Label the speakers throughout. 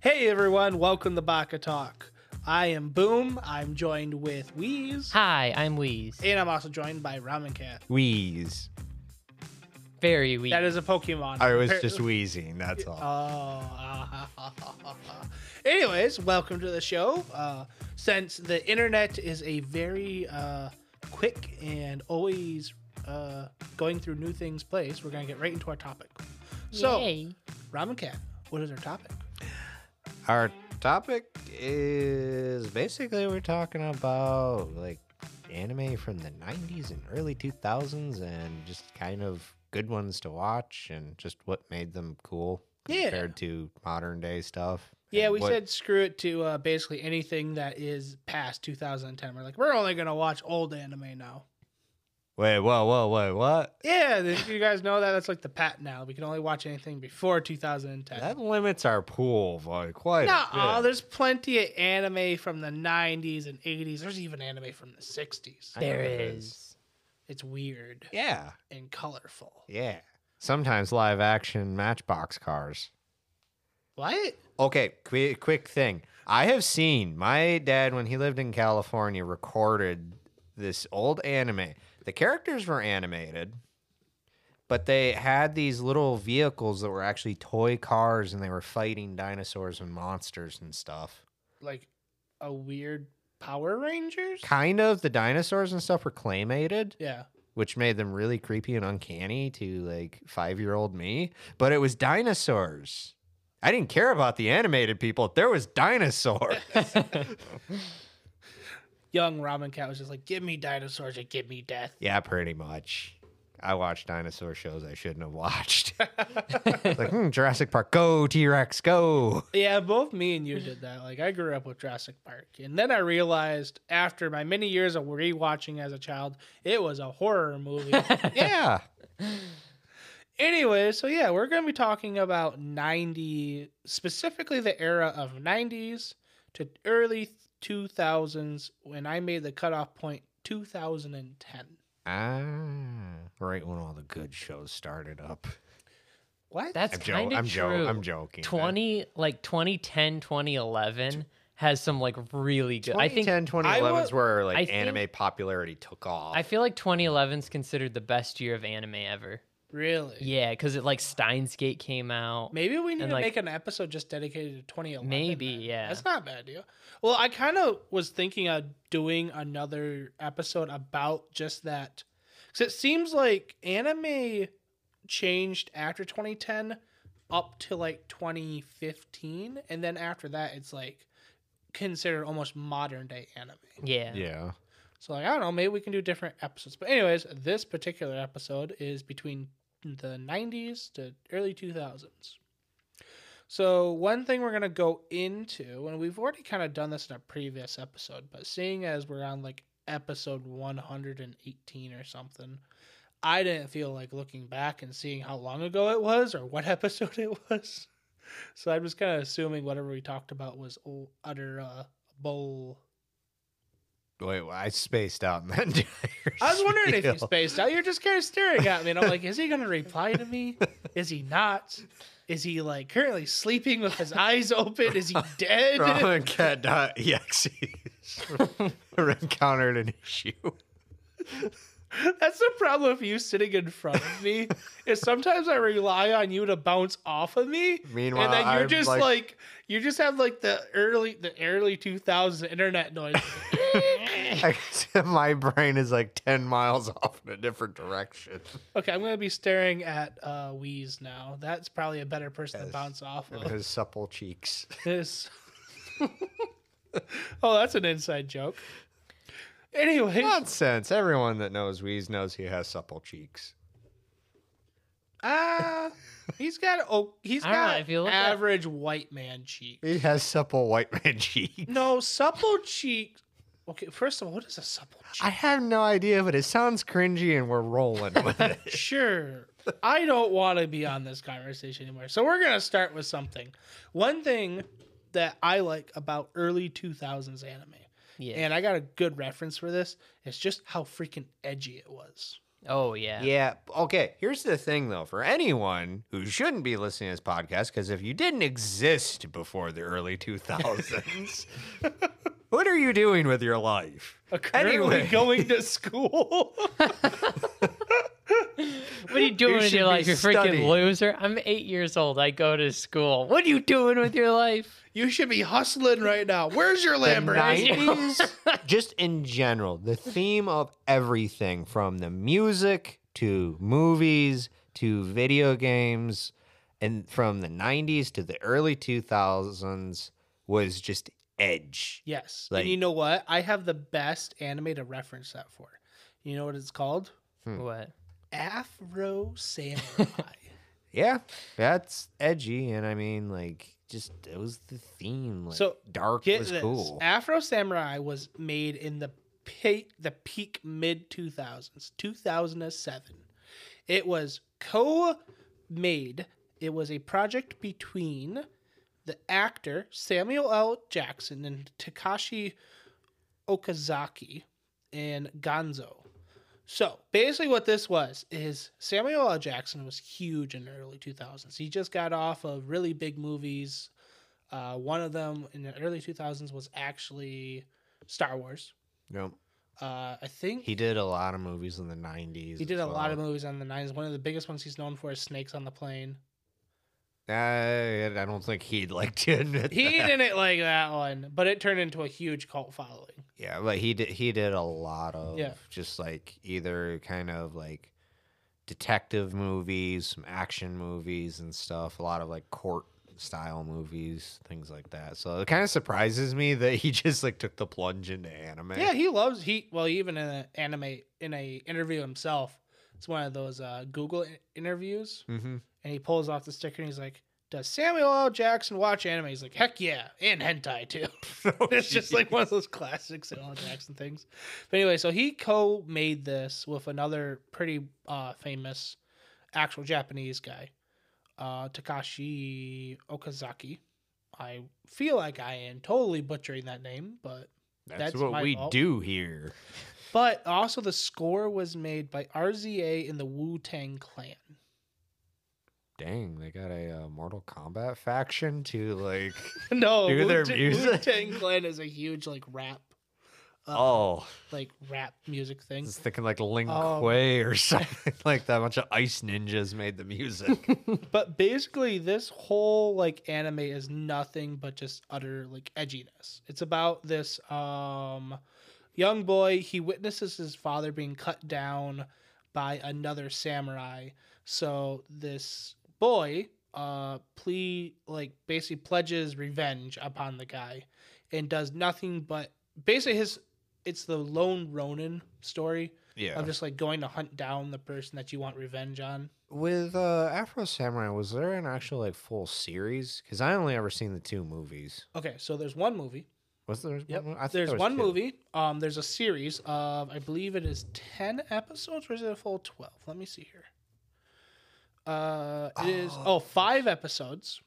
Speaker 1: Hey everyone, welcome to Baka Talk. I am Boom. I'm joined with Wheeze.
Speaker 2: Hi, I'm Wheeze.
Speaker 1: And I'm also joined by Ramen Cat.
Speaker 3: Wheeze.
Speaker 2: Very Wheeze.
Speaker 1: That is a Pokemon.
Speaker 3: I was just wheezing. That's all.
Speaker 1: Uh, Oh. Anyways, welcome to the show. Uh, since the internet is a very uh, quick and always uh, going through new things place, we're going to get right into our topic. So,
Speaker 2: Yay.
Speaker 1: Ramen Cat, what is our topic?
Speaker 3: Our topic is basically we're talking about like anime from the 90s and early 2000s and just kind of good ones to watch and just what made them cool
Speaker 1: Yeah.
Speaker 3: compared to modern day stuff.
Speaker 1: Yeah,
Speaker 3: and
Speaker 1: we
Speaker 3: what-
Speaker 1: said screw it to uh, basically anything that is past 2010. We're like, we're only gonna watch old anime now.
Speaker 3: Wait, whoa, whoa, wait, what?
Speaker 1: Yeah, th- you guys know that that's like the patent now. We can only watch anything before 2010.
Speaker 3: That limits our pool by quite
Speaker 1: no,
Speaker 3: a bit.
Speaker 1: there's plenty of anime from the 90s and 80s. There's even anime from the 60s.
Speaker 3: I know
Speaker 2: There
Speaker 3: it
Speaker 2: is.
Speaker 1: It's weird
Speaker 3: Yeah,
Speaker 1: and colorful.
Speaker 3: yeah. Sometimes live action Matchbox cars.
Speaker 1: What?
Speaker 3: Okay, quick, quick thing. I have seen my dad when he lived in California recorded this old anime. The characters were animated, but they had these little vehicles that were actually toy cars and they were fighting dinosaurs and monsters and stuff.
Speaker 1: Like a weird Power Rangers?
Speaker 3: Kind of the dinosaurs and stuff were claymated,
Speaker 1: Yeah.
Speaker 3: which made them really creepy and uncanny to like 5-year-old me, but it was dinosaurs. I didn't care about the animated people. There was dinosaurs.
Speaker 1: Young Ramen Cat was just like, give me dinosaurs and give me death.
Speaker 3: Yeah, pretty much. I watched dinosaur shows I shouldn't have watched. It's like hmm, Jurassic Park, go T Rex, go.
Speaker 1: Yeah, both me and you did that. Like I grew up with Jurassic Park, and then I realized after my many years of rewatching as a child, it was a horror movie.
Speaker 3: Yeah,
Speaker 1: anyway, so yeah, we're going to be talking about 90 specifically the era of 90s to early 2000s when I made the cutoff point 2010.
Speaker 3: ah, right when all the good shows started up.
Speaker 1: What?
Speaker 2: That's
Speaker 3: I'm joking.
Speaker 2: kind
Speaker 3: I'm
Speaker 2: of true.
Speaker 3: joking. I'm joking.
Speaker 2: 20 like 2010, 2011 has some like really good. I think
Speaker 3: 2010, 2011 is
Speaker 1: I
Speaker 3: where like
Speaker 2: I think-
Speaker 3: anime popularity took off.
Speaker 2: I feel like 2011 is considered the best year of anime ever.
Speaker 1: really?
Speaker 2: Yeah, cuz it like Steins Gate came out.
Speaker 1: Maybe we need
Speaker 2: And,
Speaker 1: to
Speaker 2: like-
Speaker 1: make an episode just dedicated to 2011.
Speaker 2: Maybe,
Speaker 1: then.
Speaker 2: yeah.
Speaker 1: That's not a bad idea. Well, I kind of was thinking of doing another episode about just that. Because it seems like anime changed after 2010 up to like 2015. And then after that, it's like considered almost modern day anime.
Speaker 2: Yeah.
Speaker 3: yeah,
Speaker 1: So, like, I don't know, maybe we can do different episodes. But, anyways, this particular episode is between the 90s to early 2000s. So, one thing we're going to go into, and we've already kind of done this in a previous episode, but seeing as we're on like episode 118 or something, I didn't feel like looking back and seeing how long ago it was or what episode it was. So, I'm just kind of assuming whatever we talked about was o- utter uh, bull.
Speaker 3: Wait, I spaced out in that. entire
Speaker 1: I was wondering if you
Speaker 3: spiel.
Speaker 1: spaced out. You're just kind of staring at me, and I'm like, is he gonna reply to me? Is he not? Is he like currently sleeping with his eyes open? Is he dead?
Speaker 3: Ramen cat dot exe encountered an issue.
Speaker 1: That's the problem with you sitting in front of me. Is sometimes I rely on you to bounce off of me.
Speaker 3: Meanwhile,
Speaker 1: and then you're
Speaker 3: I'm,
Speaker 1: just like,
Speaker 3: like-
Speaker 1: you just have like the early the early 2000s internet noise.
Speaker 3: I guess my brain is like 10 miles off in a different direction.
Speaker 1: okay, I'm gonna be staring at uh, Wheeze now. That's probably a better person to
Speaker 3: Yes.
Speaker 1: bounce off of.
Speaker 3: And his supple cheeks.
Speaker 1: this. oh, that's an inside joke. Anyways,
Speaker 3: Nonsense. Everyone that knows Wheeze knows he has supple cheeks.
Speaker 1: uh, he's got oh, he's
Speaker 2: I don't know,
Speaker 1: got
Speaker 2: if you look at-
Speaker 1: average white man cheek.
Speaker 3: He has supple white man cheeks.
Speaker 1: No supple cheek. Okay, first of all, what is a supple cheek?
Speaker 3: I have no idea, but it sounds cringy and we're rolling with it.
Speaker 1: sure. I don't want to be on this conversation anymore. So we're gonna start with something. One thing that I like about early 2000s anime,
Speaker 2: Yeah.
Speaker 1: and I got a good reference for this, is just how freaking edgy it was.
Speaker 2: Oh yeah.
Speaker 3: Yeah. Okay. Here's the thing, though, for anyone who shouldn't be listening to this podcast, because if you didn't exist before the early 2000s, what are you doing with your life?
Speaker 1: Currently
Speaker 3: Anyway.
Speaker 1: going to school.
Speaker 2: What are you doing with
Speaker 3: should
Speaker 2: your
Speaker 3: be
Speaker 2: life, you
Speaker 3: studying.
Speaker 2: freaking loser? I'm eight years old. I go to school. What are you doing with your life?
Speaker 1: you should be hustling right now. Where's your
Speaker 3: The
Speaker 1: Lamborghini?
Speaker 3: 90s, just in general, the theme of everything from the music to movies to video games, and from the 90s to the early 2000s was just edge.
Speaker 1: Yes.
Speaker 3: Like-
Speaker 1: and you know what? I have the best anime to reference that for. You know what it's called?
Speaker 2: What?
Speaker 1: Afro Samurai.
Speaker 3: Yeah, that's edgy, and I mean, like, just it was the theme. Like,
Speaker 1: So,
Speaker 3: dark
Speaker 1: Get
Speaker 3: was
Speaker 1: this.
Speaker 3: cool.
Speaker 1: Afro Samurai was made in the peak, the peak mid 2000s, 2007. It was co-made. It was a project between the actor Samuel L. Jackson and Takashi Okazaki and Gonzo. So basically, what this was is Samuel L. Jackson was huge in the early 2000s. He just got off of really big movies. Uh, one of them in the early 2000s was actually Star Wars.
Speaker 3: Nope.
Speaker 1: Uh, I think
Speaker 3: He did a lot of movies in the '90s.
Speaker 1: he did a lot of movies on the 90s. One of the biggest ones he's known for is Snakes on the Plane.
Speaker 3: I, I don't think he'd like to admit
Speaker 1: He
Speaker 3: that.
Speaker 1: didn't like that one, but it turned into a huge cult following.
Speaker 3: Yeah, but he did. He did a lot of
Speaker 1: Yeah.
Speaker 3: just like either kind of like detective movies, some action movies, and stuff. A lot of like court style movies, things like that. So it kind of surprises me that he just like took the plunge into anime.
Speaker 1: Yeah, he loves he. Well, even in an anime in a interview himself, it's one of those uh, Google i- interviews,
Speaker 3: Mm-hmm.
Speaker 1: and he pulls off the sticker and he's like, "Does Samuel L. Jackson watch anime?" He's like, "Heck yeah, and hentai too." it's just like one of those classic Samuel L. Jackson things. But anyway, so he co-made this with another pretty uh, famous, actual Japanese guy, uh, Takashi Okazaki. I feel like I am totally butchering that name, but
Speaker 3: That's,
Speaker 1: That's
Speaker 3: what
Speaker 1: my
Speaker 3: we
Speaker 1: fault.
Speaker 3: do here.
Speaker 1: But also, the score was made by RZA and the Wu Tang Clan.
Speaker 3: Dang, they got a uh, Mortal Kombat faction to like.
Speaker 1: no,
Speaker 3: Do their
Speaker 1: Wu
Speaker 3: music?
Speaker 1: Tang Clan is a huge like rap, uh,
Speaker 3: oh,
Speaker 1: like rap music
Speaker 3: I
Speaker 1: thing.
Speaker 3: was thinking like Lin
Speaker 1: Um,
Speaker 3: Kuei or something like that. A bunch of ice ninjas made the music.
Speaker 1: But basically, this whole like anime is nothing but just utter like edginess. It's about this um young boy. He witnesses his father being cut down by another samurai. So this boy uh plea like basically pledges revenge upon the guy and does nothing but basically his it's the lone ronin story
Speaker 3: yeah.
Speaker 1: of just like going to hunt down the person that you want revenge on.
Speaker 3: With uh, Afro Samurai, was there an actual like full series? Because I only ever seen the two movies.
Speaker 1: Okay, so there's one movie
Speaker 3: Was there?
Speaker 1: Yep.
Speaker 3: One, mo- I think
Speaker 1: There's
Speaker 3: there was
Speaker 1: one
Speaker 3: two.
Speaker 1: movie. Um, there's a series of I believe it is ten episodes, or is it a full twelve? Let me see here. Uh, it is
Speaker 3: Oh.
Speaker 1: oh five episodes,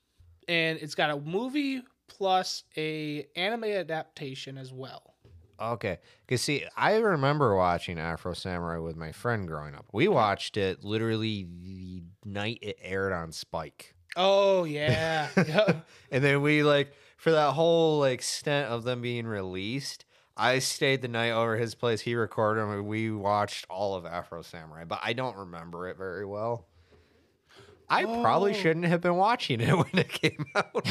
Speaker 1: and it's got a movie plus a anime adaptation as well.
Speaker 3: Okay, because see, I remember watching Afro Samurai with my friend growing up.
Speaker 1: Mm-hmm.
Speaker 3: We watched it literally the night it aired on Spike.
Speaker 1: Oh yeah, Yep.
Speaker 3: and then we like for that whole like stint of them being released i stayed the night over at his place he recorded them and we watched all of afro samurai but i don't remember it very well i probably
Speaker 1: Oh.
Speaker 3: shouldn't have been watching it when it came out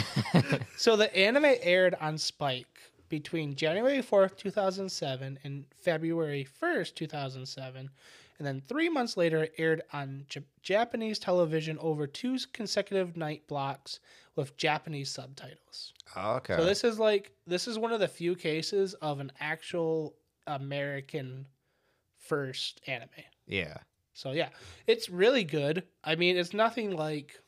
Speaker 1: So the anime aired on Spike between January 4th, 2007 and February 1st, 2007. And then three months later, it aired on J- Japanese television over two consecutive night blocks with Japanese subtitles.
Speaker 3: okay
Speaker 1: So this is like, this is one of the few cases of an actual American first anime.
Speaker 3: yeah
Speaker 1: So yeah, it's really good. I mean, it's nothing like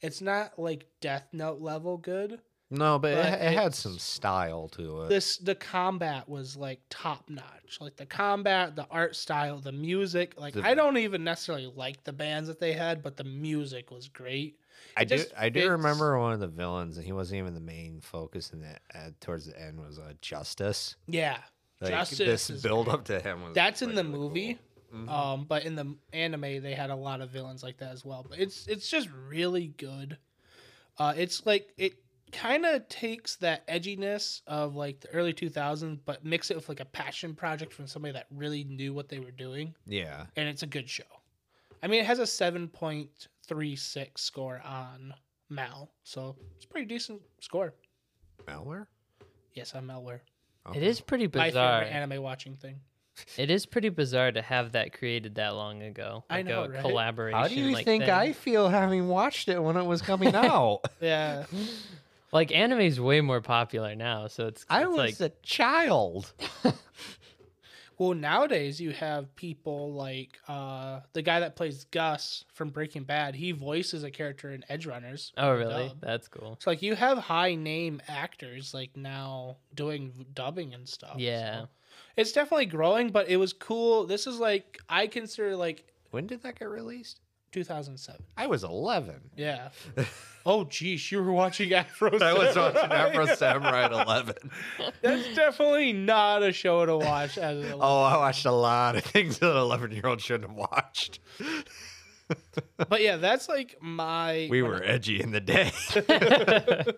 Speaker 1: it's not like Death Note level good.
Speaker 3: no but, it,
Speaker 1: But
Speaker 3: it had
Speaker 1: it's-
Speaker 3: some style to it
Speaker 1: This the combat was like top notch. Like the combat, the art style, the music. Like
Speaker 3: The-
Speaker 1: I don't even necessarily like the bands that they had, but the music was great.
Speaker 3: i do
Speaker 1: just
Speaker 3: i do
Speaker 1: fits-
Speaker 3: remember one of the villains and he wasn't even the main focus in that uh, towards the end was uh, justice
Speaker 1: Yeah.
Speaker 3: like
Speaker 1: Justice
Speaker 3: this
Speaker 1: is
Speaker 3: build up to him was
Speaker 1: That's in
Speaker 3: like,
Speaker 1: the
Speaker 3: really
Speaker 1: movie.
Speaker 3: cool. Mm-hmm.
Speaker 1: Um, but in the anime, they had a lot of villains like that as well. But it's it's just really good. Uh, it's like it kind of takes that edginess of like the early 2000s, but mix it with like a passion project from somebody that really knew what they were doing,
Speaker 3: Yeah.
Speaker 1: and it's a good show. I mean, it has a 7.36 score on Mal, so it's a pretty decent score.
Speaker 3: Malware?
Speaker 1: Yes, on malware.
Speaker 2: It is pretty
Speaker 1: My
Speaker 2: bizarre.
Speaker 1: favorite anime watching thing.
Speaker 2: it is pretty bizarre to have that created that long ago.
Speaker 1: I
Speaker 2: Like
Speaker 1: know,
Speaker 2: a
Speaker 1: right?
Speaker 2: collaboration.
Speaker 3: How do you
Speaker 2: like
Speaker 3: think
Speaker 2: thing.
Speaker 3: I feel having watched it when it was coming out?
Speaker 1: Yeah.
Speaker 2: like anime's way more popular now? So it's,
Speaker 3: I
Speaker 2: it's like
Speaker 3: was a child.
Speaker 1: Well, nowadays you have people like uh, the guy that plays Gus from Breaking Bad. He voices a character in Edge Runners.
Speaker 2: oh really?
Speaker 1: dub.
Speaker 2: That's cool.
Speaker 1: So like you have high name actors like now doing v- dubbing and stuff.
Speaker 2: Yeah.
Speaker 1: so. it's definitely growing, but it was cool. This is like I consider like
Speaker 3: When did that get released?
Speaker 1: 2007.
Speaker 3: I was 11.
Speaker 1: Yeah. oh, geez, you were watching Afro.
Speaker 3: I was
Speaker 1: Samurai.
Speaker 3: watching Afro Samurai at 11.
Speaker 1: That's definitely not a show to watch as an eleven.
Speaker 3: Oh, I watched a lot of things that an 11 year old shouldn't have watched.
Speaker 1: But yeah, that's like my
Speaker 3: We were edgy in the day.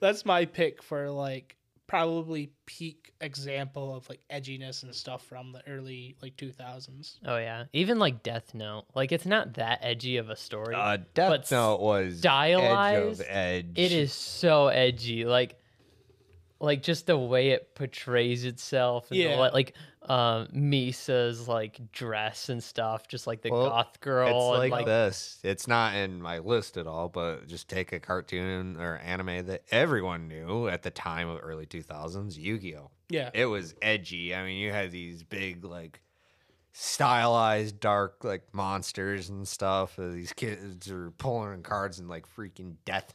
Speaker 1: that's my pick for like probably peak example of like edginess and stuff from the early like 2000s
Speaker 2: Oh yeah. Even like Death Note. Like it's not that edgy of a story.
Speaker 3: Uh, Death
Speaker 2: But
Speaker 3: Note was
Speaker 2: stylized,
Speaker 3: edge of edge.
Speaker 2: It is so edgy, like, like just the way it portrays itself, and the
Speaker 1: Yeah.
Speaker 2: li- like um, Misa's like dress and stuff, just like the
Speaker 3: Well,
Speaker 2: goth
Speaker 3: It's
Speaker 2: girl. and,
Speaker 3: like, this. It's not in my list at all, but just take a cartoon or anime that everyone knew at the time of early 2000s, Yu-Gi-Oh.
Speaker 1: yeah
Speaker 3: It was edgy. I mean, you had these big like stylized dark like monsters and stuff. Uh, These kids are pulling cards in like freaking death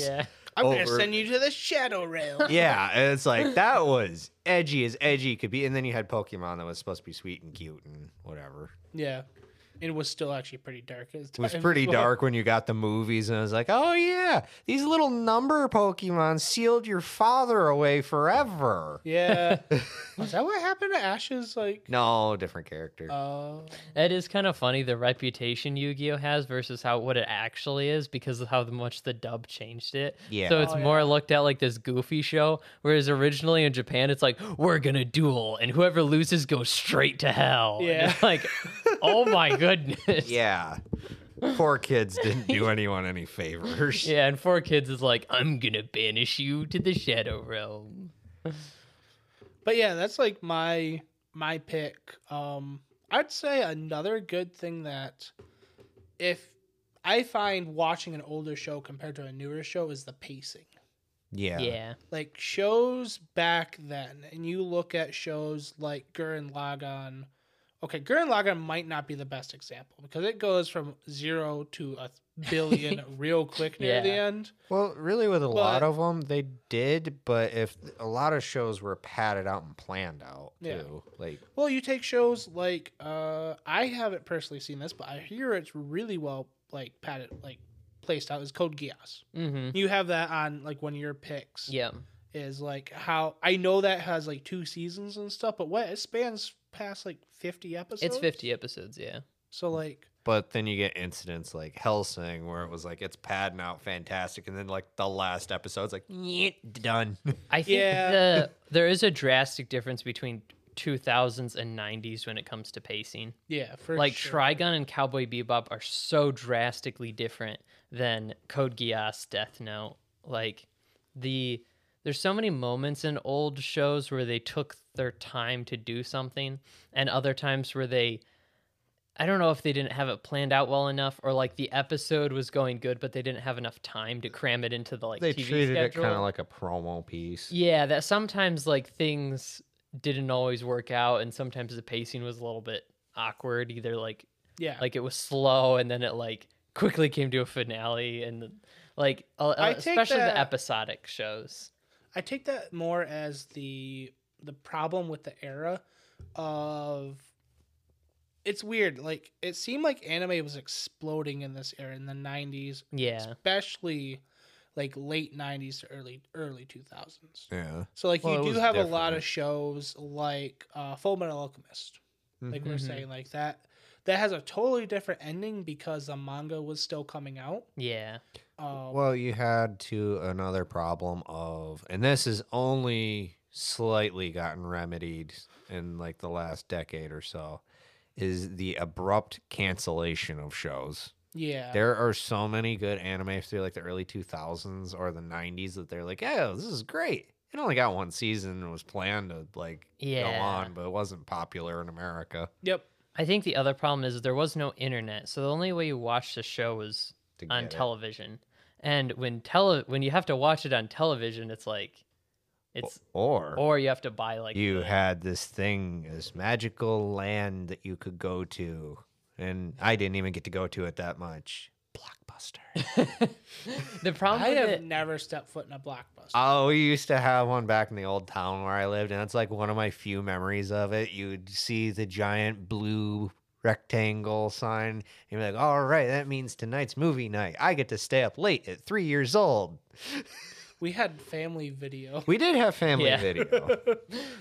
Speaker 2: yeah,
Speaker 1: i'm gonna
Speaker 3: over-
Speaker 1: send you to the shadow realm
Speaker 3: yeah, and it's like that was edgy as edgy could be. And then you had Pokemon that was supposed to be sweet and cute and whatever.
Speaker 1: yeah it was still actually pretty dark at the
Speaker 3: It was
Speaker 1: time as
Speaker 3: pretty
Speaker 1: well.
Speaker 3: dark when you got the movies, and I was like, oh yeah, these little number Pokemon sealed your father away forever.
Speaker 1: yeah was that what happened to ash's like
Speaker 3: No, different character.
Speaker 1: uh
Speaker 2: that is kind of funny. The reputation Yu-Gi-Oh has versus how what it actually is, because of how much the dub changed it.
Speaker 3: Yeah.
Speaker 2: so it's
Speaker 1: Oh,
Speaker 2: more looked at like this goofy show, whereas originally in Japan, it's like we're gonna duel, and whoever loses goes straight to hell. And
Speaker 1: Yeah.
Speaker 2: it's like, oh my goodness.
Speaker 3: yeah, poor kids didn't do anyone any favors.
Speaker 2: Yeah, and four kids is like, I'm gonna banish you to the shadow realm.
Speaker 1: but yeah that's like my my pick um i'd say another good thing that if i find watching an older show compared to a newer show is the pacing
Speaker 3: Yeah,
Speaker 2: Yeah.
Speaker 1: like shows back then and you look at shows like Gurren Lagann okay Gurren Lagann might not be the best example because it goes from 0 to a billion real quick near the
Speaker 2: Yeah.
Speaker 1: end
Speaker 3: Well, really, with a lot
Speaker 1: But-
Speaker 3: of them, they did, but if a lot of shows were padded out and planned out too,
Speaker 1: Yeah.
Speaker 3: like
Speaker 1: well you take shows like uh I haven't personally seen this but I hear it's really well like padded like placed out is Code Geass
Speaker 2: Mm-hmm.
Speaker 1: you have that on like one of your picks
Speaker 2: Yeah.
Speaker 1: is like how I know that has like two seasons and stuff but what it spans past like 50 episodes
Speaker 2: It's fifty episodes, yeah.
Speaker 1: so like
Speaker 3: But then you get incidents like Helsing, where it was like it's padding out fantastic, and then like the last episode's like "Nyeh, done.
Speaker 2: I think
Speaker 1: Yeah.
Speaker 2: the there is a drastic difference between two thousands and nineties when it comes to pacing.
Speaker 1: Yeah, for
Speaker 2: like
Speaker 1: sure.
Speaker 2: Trigun and Cowboy Bebop are so drastically different than Code Geass, Death Note. Like the there's so many moments in old shows where they took their time to do something, and other times where they I don't know if they didn't have it planned out well enough, or like the episode was going good, but they didn't have enough time to cram it into the like
Speaker 3: they
Speaker 2: TV
Speaker 3: treated it
Speaker 2: schedule.
Speaker 3: kind of like a promo piece.
Speaker 2: Yeah, that sometimes like things didn't always work out, and sometimes the pacing was a little bit awkward. Either like
Speaker 1: yeah.
Speaker 2: like it was slow, and then it like quickly came to a finale, and like uh,
Speaker 1: I take
Speaker 2: especially
Speaker 1: that-
Speaker 2: the episodic shows.
Speaker 1: I take that more as the the problem with the era of it's weird. Like it seemed like anime was exploding in this era in the 90s,
Speaker 2: Yeah,
Speaker 1: especially like late 90s to early early 2000s.
Speaker 3: Yeah.
Speaker 1: So like
Speaker 3: Well, it
Speaker 1: you
Speaker 3: was
Speaker 1: do have a
Speaker 3: different.
Speaker 1: lot of shows like uh Full Metal Alchemist Like
Speaker 3: Mm-hmm.
Speaker 1: we're saying, like that that has a totally different ending because the manga was still coming out.
Speaker 2: Yeah.
Speaker 1: Um,
Speaker 3: Well, you had to another problem of, and this has only slightly gotten remedied in like the last decade or so, is the abrupt cancellation of shows.
Speaker 1: yeah,
Speaker 3: There are so many good anime through like the early 2000s or the 90s that they're like, oh, this is great. It only got one season and was planned to like go
Speaker 2: Yeah.
Speaker 3: on, but it wasn't popular in America
Speaker 1: yep,
Speaker 2: I think the other problem is there was no internet, so the only way you watched the show was
Speaker 3: to
Speaker 2: on
Speaker 3: get it.
Speaker 2: television. And when tele when you have to watch it on television, it's like it's
Speaker 3: or
Speaker 2: or you have to buy like
Speaker 3: you
Speaker 2: the-
Speaker 3: had this thing, this magical land that you could go to, and I didn't even get to go to it that much. Blockbuster.
Speaker 2: the problem
Speaker 1: I
Speaker 2: with
Speaker 1: have
Speaker 2: it-
Speaker 1: never stepped foot in a blockbuster.
Speaker 3: oh, we used to have one back in the old town where I lived, and it's like one of my few memories of it. You'd see the giant blue rectangle sign, and you're like, "All right, that means tonight's movie night. I get to stay up late at three years old."
Speaker 1: we had family video.
Speaker 3: We did have family
Speaker 2: Yeah.
Speaker 3: video.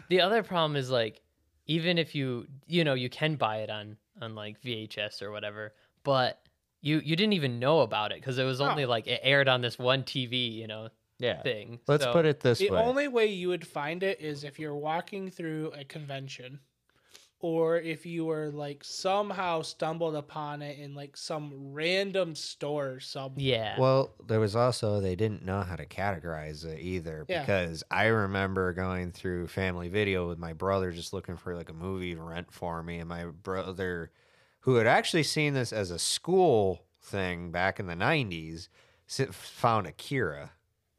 Speaker 2: the other problem is like even if you you know you can buy it on on like VHS or whatever, but you you didn't even know about it because it was
Speaker 1: No.
Speaker 2: only like it aired on this one TV you know
Speaker 3: yeah.
Speaker 2: thing.
Speaker 3: Let's
Speaker 2: So-
Speaker 3: put it this
Speaker 1: The
Speaker 3: way.
Speaker 1: only way you would find it is if you're walking through a convention or if you were like somehow stumbled upon it in like some random store or something.
Speaker 2: Yeah.
Speaker 3: Well, there was also they didn't know how to categorize it either
Speaker 1: Yeah.
Speaker 3: because I remember going through Family Video with my brother just looking for like a movie to rent for me and my brother who had actually seen this as a school thing back in the 90s s- found Akira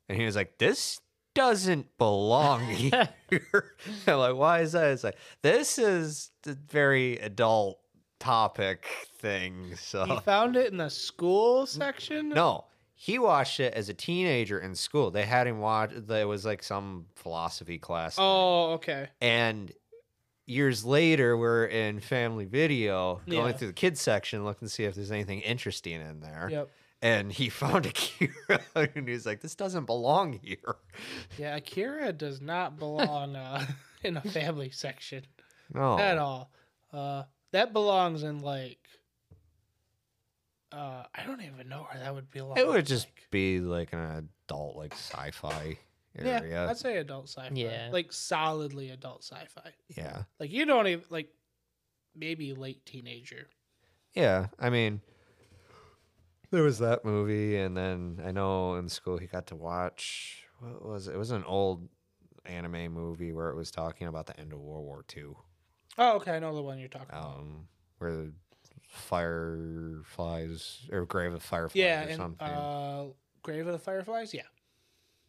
Speaker 3: and he was like this doesn't belong here. I'm like why is that? It's like this is a very adult topic thing. So
Speaker 1: He found it in the school section?
Speaker 3: no, he watched it as a teenager in school. They had him watch. There was like some philosophy class. thing.
Speaker 1: Oh, okay.
Speaker 3: and years later, we're in Family Video going
Speaker 1: Yeah.
Speaker 3: through the kids section, looking to see if there's anything interesting in there.
Speaker 1: Yep.
Speaker 3: And he found Akira, and he's like, "This doesn't belong here."
Speaker 1: Yeah, Akira does not belong uh, in a family section
Speaker 3: No,
Speaker 1: at all. Uh, that belongs in like. Uh, I don't even know where that would belong.
Speaker 3: it would just
Speaker 1: like-
Speaker 3: be like an adult, like sci-fi area.
Speaker 1: Yeah, I'd say adult sci-fi.
Speaker 2: Yeah.
Speaker 1: like solidly adult sci-fi.
Speaker 3: yeah.
Speaker 1: Like you don't even like maybe late teenager.
Speaker 3: Yeah, I mean, there was that movie, and then I know in school he got to watch what was it? It was an old anime movie where it was talking about the end of World War II,
Speaker 1: Oh, okay, I know the one you're talking about.
Speaker 3: um, where the fireflies or grave of fireflies
Speaker 1: Yeah,
Speaker 3: or
Speaker 1: and
Speaker 3: something.
Speaker 1: uh, Grave of the Fireflies. Yeah,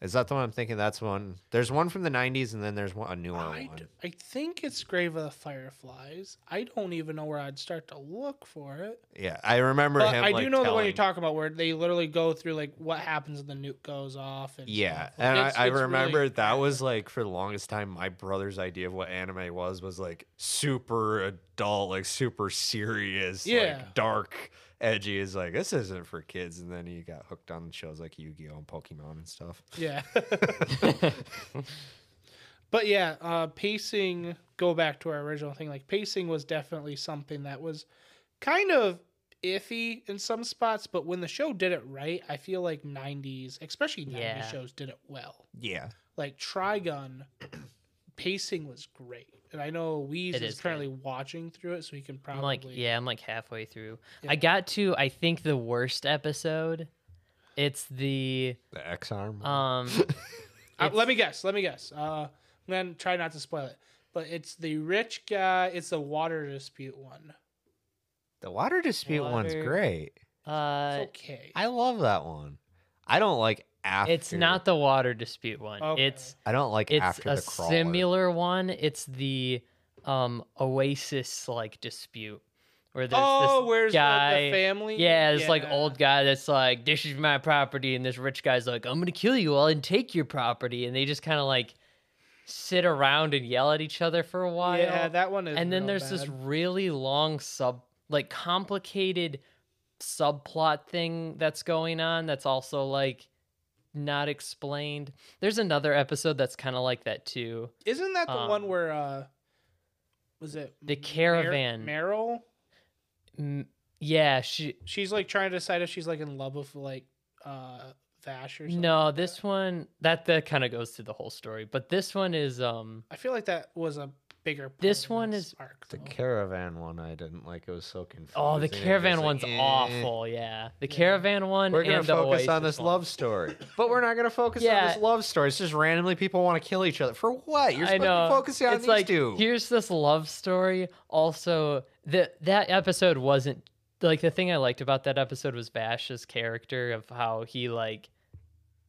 Speaker 3: Is that the one I'm thinking? That's one. There's one from the '90s, and then there's one a newer
Speaker 1: I,
Speaker 3: one.
Speaker 1: d- I think it's Grave of the Fireflies. I don't even know where I'd start to look for it.
Speaker 3: Yeah, I remember
Speaker 1: But
Speaker 3: him.
Speaker 1: Uh, I
Speaker 3: like,
Speaker 1: do know the one you're
Speaker 3: telling-
Speaker 1: talking about, where they literally go through like what happens when the nuke goes off. And
Speaker 3: Yeah,
Speaker 1: stuff.
Speaker 3: and
Speaker 1: It's-
Speaker 3: I, I
Speaker 1: it's really-
Speaker 3: remember that was like for the longest time my brother's idea of what anime was was like super adult, like super serious,
Speaker 1: Yeah.
Speaker 3: like dark, edgy. Is like this isn't for kids, and then he got hooked on shows like Yu Gi Oh and Pokemon and stuff.
Speaker 1: Yeah. but yeah, uh, pacing, go back to our original thing, like pacing was definitely something that was kind of iffy in some spots, but when the show did it right, I feel like 90s, especially 90s
Speaker 2: Yeah.
Speaker 1: shows, did it well.
Speaker 3: Yeah,
Speaker 1: Like Trigun, pacing was great. And I know Weez
Speaker 2: It
Speaker 1: is,
Speaker 2: is good.
Speaker 1: currently watching through it, so he can probably.
Speaker 2: I'm like yeah, I'm like halfway through.
Speaker 1: Yeah.
Speaker 2: I got to I think the worst episode. It's the
Speaker 3: the X Arm.
Speaker 2: um
Speaker 1: Uh,
Speaker 2: It's-
Speaker 1: let me guess. Let me guess. Uh, I'm gonna try not to spoil it, but it's the rich guy. It's the water dispute one.
Speaker 3: the water dispute one's
Speaker 2: Water-
Speaker 3: great.
Speaker 2: uh
Speaker 1: It's okay.
Speaker 3: I love that one. I don't like after.
Speaker 2: it's not the water dispute one.
Speaker 1: Okay.
Speaker 2: It's
Speaker 3: I don't like
Speaker 2: it's
Speaker 3: after
Speaker 2: a
Speaker 3: the crawler.
Speaker 2: similar one. It's the um Oasis like dispute where there's
Speaker 1: oh,
Speaker 2: this
Speaker 1: where's the-
Speaker 2: guy.
Speaker 1: the, family?
Speaker 2: yeah, it's like
Speaker 1: Yeah.
Speaker 2: old guy that's like, "This is my property," and this rich guy's like, "I'm gonna kill you all and take your property," and they just kind of like sit around and yell at each other for a while.
Speaker 1: Yeah, that one is.
Speaker 2: and then
Speaker 1: real
Speaker 2: there's this
Speaker 1: bad.
Speaker 2: really long sub like complicated subplot thing that's going on that's also like not explained there's another episode that's kind of like that too
Speaker 1: Isn't that the one
Speaker 2: um,
Speaker 1: where uh, was it
Speaker 2: The
Speaker 1: Mer-
Speaker 2: Caravan.
Speaker 1: Meryl?
Speaker 2: M- yeah, she.
Speaker 1: She's like trying to decide if she's like in love with like uh Vash or something.
Speaker 2: No,
Speaker 1: like that.
Speaker 2: this one that that kind of goes through the whole story, but this one is um
Speaker 1: I feel like that was a bigger. part
Speaker 2: This
Speaker 1: of
Speaker 2: one is-
Speaker 1: arc,
Speaker 3: The
Speaker 1: though.
Speaker 3: caravan one I didn't like. It was so confusing.
Speaker 2: oh the
Speaker 3: It was
Speaker 2: caravan
Speaker 3: like,
Speaker 2: one's
Speaker 3: eh.
Speaker 2: awful. Yeah, the
Speaker 1: Yeah.
Speaker 2: caravan one
Speaker 3: We're gonna
Speaker 2: and the
Speaker 3: focus on
Speaker 2: Oasis
Speaker 3: this
Speaker 2: one.
Speaker 3: love story, but we're not gonna focus on
Speaker 2: Yeah.
Speaker 3: this love story. It's just randomly people want to kill each other for what? You're
Speaker 2: I
Speaker 3: supposed
Speaker 2: know.
Speaker 3: to be focusing on
Speaker 2: it's
Speaker 3: these
Speaker 2: like
Speaker 3: two.
Speaker 2: here's this love story. Also, that that episode wasn't like the thing I liked about that episode was Bash's character of how he like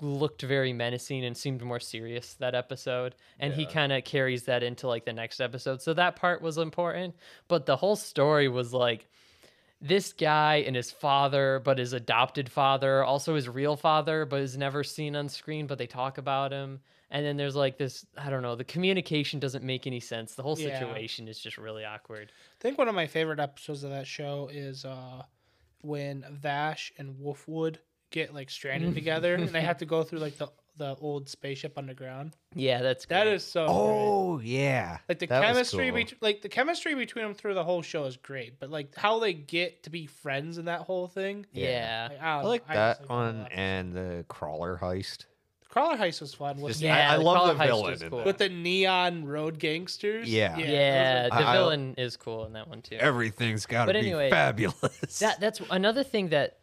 Speaker 2: looked very menacing and seemed more serious that episode and he
Speaker 3: Yeah.
Speaker 2: kind of carries that into like the next episode so that part was important but the whole story was like this guy and his father but his adopted father also his real father but is never seen on screen but they talk about him and then there's like this i don't know the communication doesn't make any sense the whole
Speaker 1: Yeah.
Speaker 2: situation is just really awkward
Speaker 1: I think one of my favorite episodes of that show is uh when Vash and Wolfwood get like stranded together and they have to go through like the the old spaceship underground.
Speaker 2: yeah that's
Speaker 1: That
Speaker 2: great.
Speaker 1: is so great.
Speaker 3: oh yeah,
Speaker 1: like the
Speaker 3: that was
Speaker 1: chemistry
Speaker 3: cool.
Speaker 1: bet- like the chemistry between them through the whole show is great, but like how they get to be friends in that whole thing.
Speaker 3: yeah.
Speaker 2: yeah
Speaker 1: Like, I,
Speaker 3: I
Speaker 1: don't know,
Speaker 3: like
Speaker 1: I just
Speaker 3: that
Speaker 1: a
Speaker 3: one
Speaker 1: lot.
Speaker 3: and the crawler heist.
Speaker 1: The crawler heist was fun. With,
Speaker 3: Just,
Speaker 1: the-
Speaker 2: Yeah,
Speaker 3: I, I
Speaker 2: the
Speaker 3: love the
Speaker 2: crawler heist
Speaker 3: villain.
Speaker 2: was
Speaker 3: in
Speaker 2: cool.
Speaker 3: that.
Speaker 1: with the neon road gangsters.
Speaker 3: Yeah.
Speaker 1: those
Speaker 2: yeah,
Speaker 1: are
Speaker 2: the
Speaker 3: I- I-
Speaker 2: villain is cool in that one too
Speaker 3: Everything's got
Speaker 2: But
Speaker 3: to
Speaker 2: anyway,
Speaker 3: be fabulous.
Speaker 2: That that's another thing that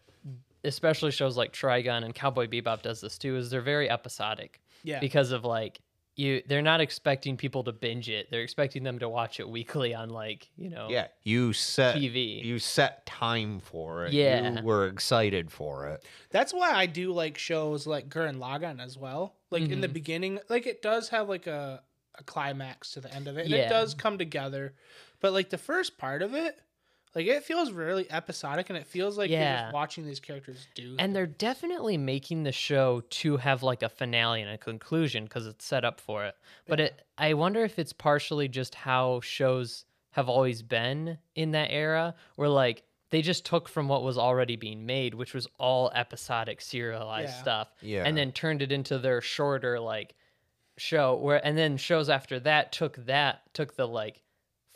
Speaker 2: especially shows like Trigun and Cowboy Bebop does this too is they're very episodic
Speaker 1: Yeah.
Speaker 2: because of like you they're not expecting people to binge it. They're expecting them to watch it weekly on like, you know,
Speaker 3: yeah, you set
Speaker 2: TV.
Speaker 3: you set time for it.
Speaker 2: Yeah.
Speaker 3: you were excited for it.
Speaker 1: That's why I do like shows like Gurren Lagann as well. Like in the
Speaker 2: Mhm.
Speaker 1: beginning, like it does have like a, a climax to the end of it, and
Speaker 2: Yeah.
Speaker 1: it does come together. But like the first part of it, like it feels really episodic, and it feels like you're
Speaker 2: Yeah.
Speaker 1: just watching these characters do.
Speaker 2: And they're definitely making the show to have like a finale and a conclusion because it's set up for it. But it, I wonder if it's partially just how shows have always been in that era, where like they just took from what was already being made, which was all episodic, serialized
Speaker 1: Yeah.
Speaker 2: stuff,
Speaker 3: Yeah,
Speaker 2: and then turned it into their shorter like show. Where and then shows after that took that took the like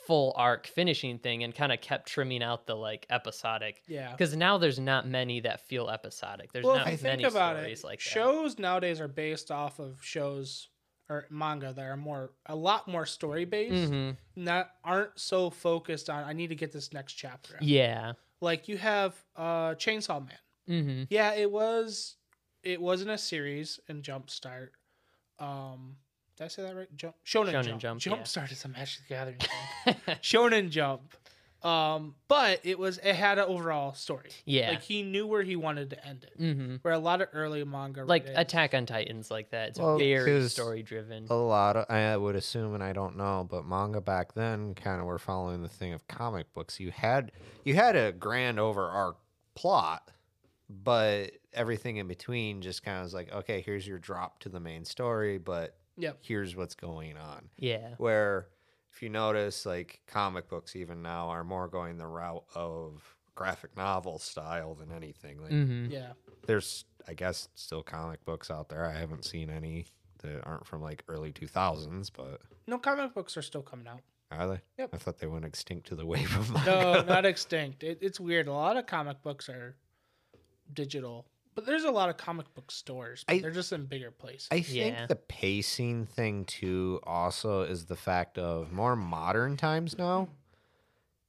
Speaker 2: full arc finishing thing and kind of kept trimming out the like episodic
Speaker 1: yeah.
Speaker 2: because now there's not many that feel episodic. There's
Speaker 1: Well,
Speaker 2: not
Speaker 1: if you think
Speaker 2: many
Speaker 1: about
Speaker 2: stories
Speaker 1: it,
Speaker 2: like
Speaker 1: shows nowadays are based off of shows or manga that are more a lot more story
Speaker 2: that.
Speaker 1: based,
Speaker 2: hmm
Speaker 1: and that aren't so focused on I need to get this next chapter. out."
Speaker 2: Yeah.
Speaker 1: Like you have uh, Chainsaw Man.
Speaker 2: hmm
Speaker 1: Yeah, it was. It wasn't a series in Jumpstart. Um, did I say that right? Jump Shonen,
Speaker 2: Shonen
Speaker 1: Jump.
Speaker 2: Jump, yeah.
Speaker 1: Jumpstart is a Magic the Gathering. thing. Shonen Jump. Um, but it was it had an overall story.
Speaker 2: Yeah.
Speaker 1: like he knew where he wanted to end it.
Speaker 2: hmm
Speaker 1: Where a lot of early manga,
Speaker 2: Like
Speaker 1: writers-
Speaker 2: Attack on Titans, like that. It's
Speaker 3: Well,
Speaker 2: very
Speaker 3: 'cause-
Speaker 2: story driven.
Speaker 1: Oh.
Speaker 3: a lot of I would assume, and I don't know, but manga back then kind of were following the thing of comic books. You had you had a grand over arc plot, but everything in between just kind of was like, okay, here's your drop to the main story, but
Speaker 1: Yep.
Speaker 3: here's what's going on.
Speaker 2: Yeah.
Speaker 3: Where if you notice, like comic books even now are more going the route of graphic novel style than anything. Like
Speaker 2: hmm
Speaker 1: yeah,
Speaker 3: there's I guess still comic books out there. I haven't seen any that aren't from like early two thousands, but
Speaker 1: no comic books are still coming out.
Speaker 3: are they?
Speaker 1: Yep.
Speaker 3: I thought they went extinct to the wave of manga.
Speaker 1: No, not extinct. It, it's weird. A lot of comic books are digital, but there's a lot of comic book stores. But
Speaker 3: I-
Speaker 1: they're just in bigger places.
Speaker 3: I think
Speaker 2: Yeah.
Speaker 3: the pacing thing too also is the fact of more modern times now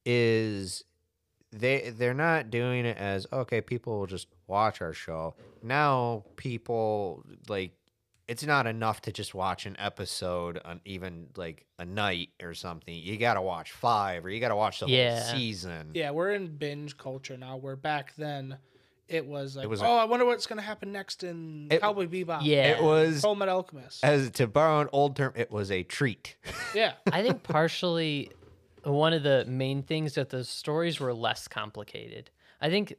Speaker 3: is they they're not doing it as okay people will just watch our show now people like it's not enough to just watch an episode on even like a night or something you gotta watch five or you gotta watch the
Speaker 2: Yeah.
Speaker 3: whole season
Speaker 1: Yeah, we're in binge culture now. Where back then, it was like,
Speaker 3: was a-
Speaker 1: oh, I wonder what's gonna happen next in
Speaker 3: It-
Speaker 1: Cowboy Bebop.
Speaker 2: Yeah.
Speaker 3: it was
Speaker 1: Full Metal Alchemist.
Speaker 3: as to borrow an old term it was a treat
Speaker 1: yeah,
Speaker 2: I think partially one of the main things that the stories were less complicated. I think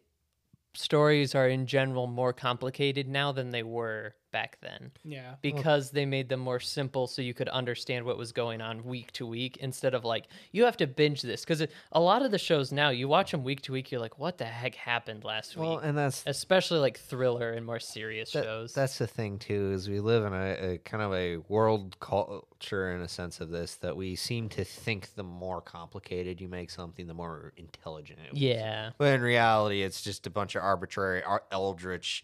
Speaker 2: stories are in general more complicated now than they were back then
Speaker 1: Yeah.
Speaker 2: because they made them more simple so you could understand what was going on week to week instead of like you have to binge this because a lot of the shows now you watch them week to week you're like what the heck happened last
Speaker 3: Well,
Speaker 2: week
Speaker 3: and that's
Speaker 2: especially like thriller and more serious
Speaker 3: That-
Speaker 2: shows
Speaker 3: That's the thing too, is we live in a, a kind of a world culture in a sense of this that we seem to think the more complicated you make something, the more intelligent. It was.
Speaker 2: yeah
Speaker 3: But in reality, it's just a bunch of arbitrary, ar- eldritch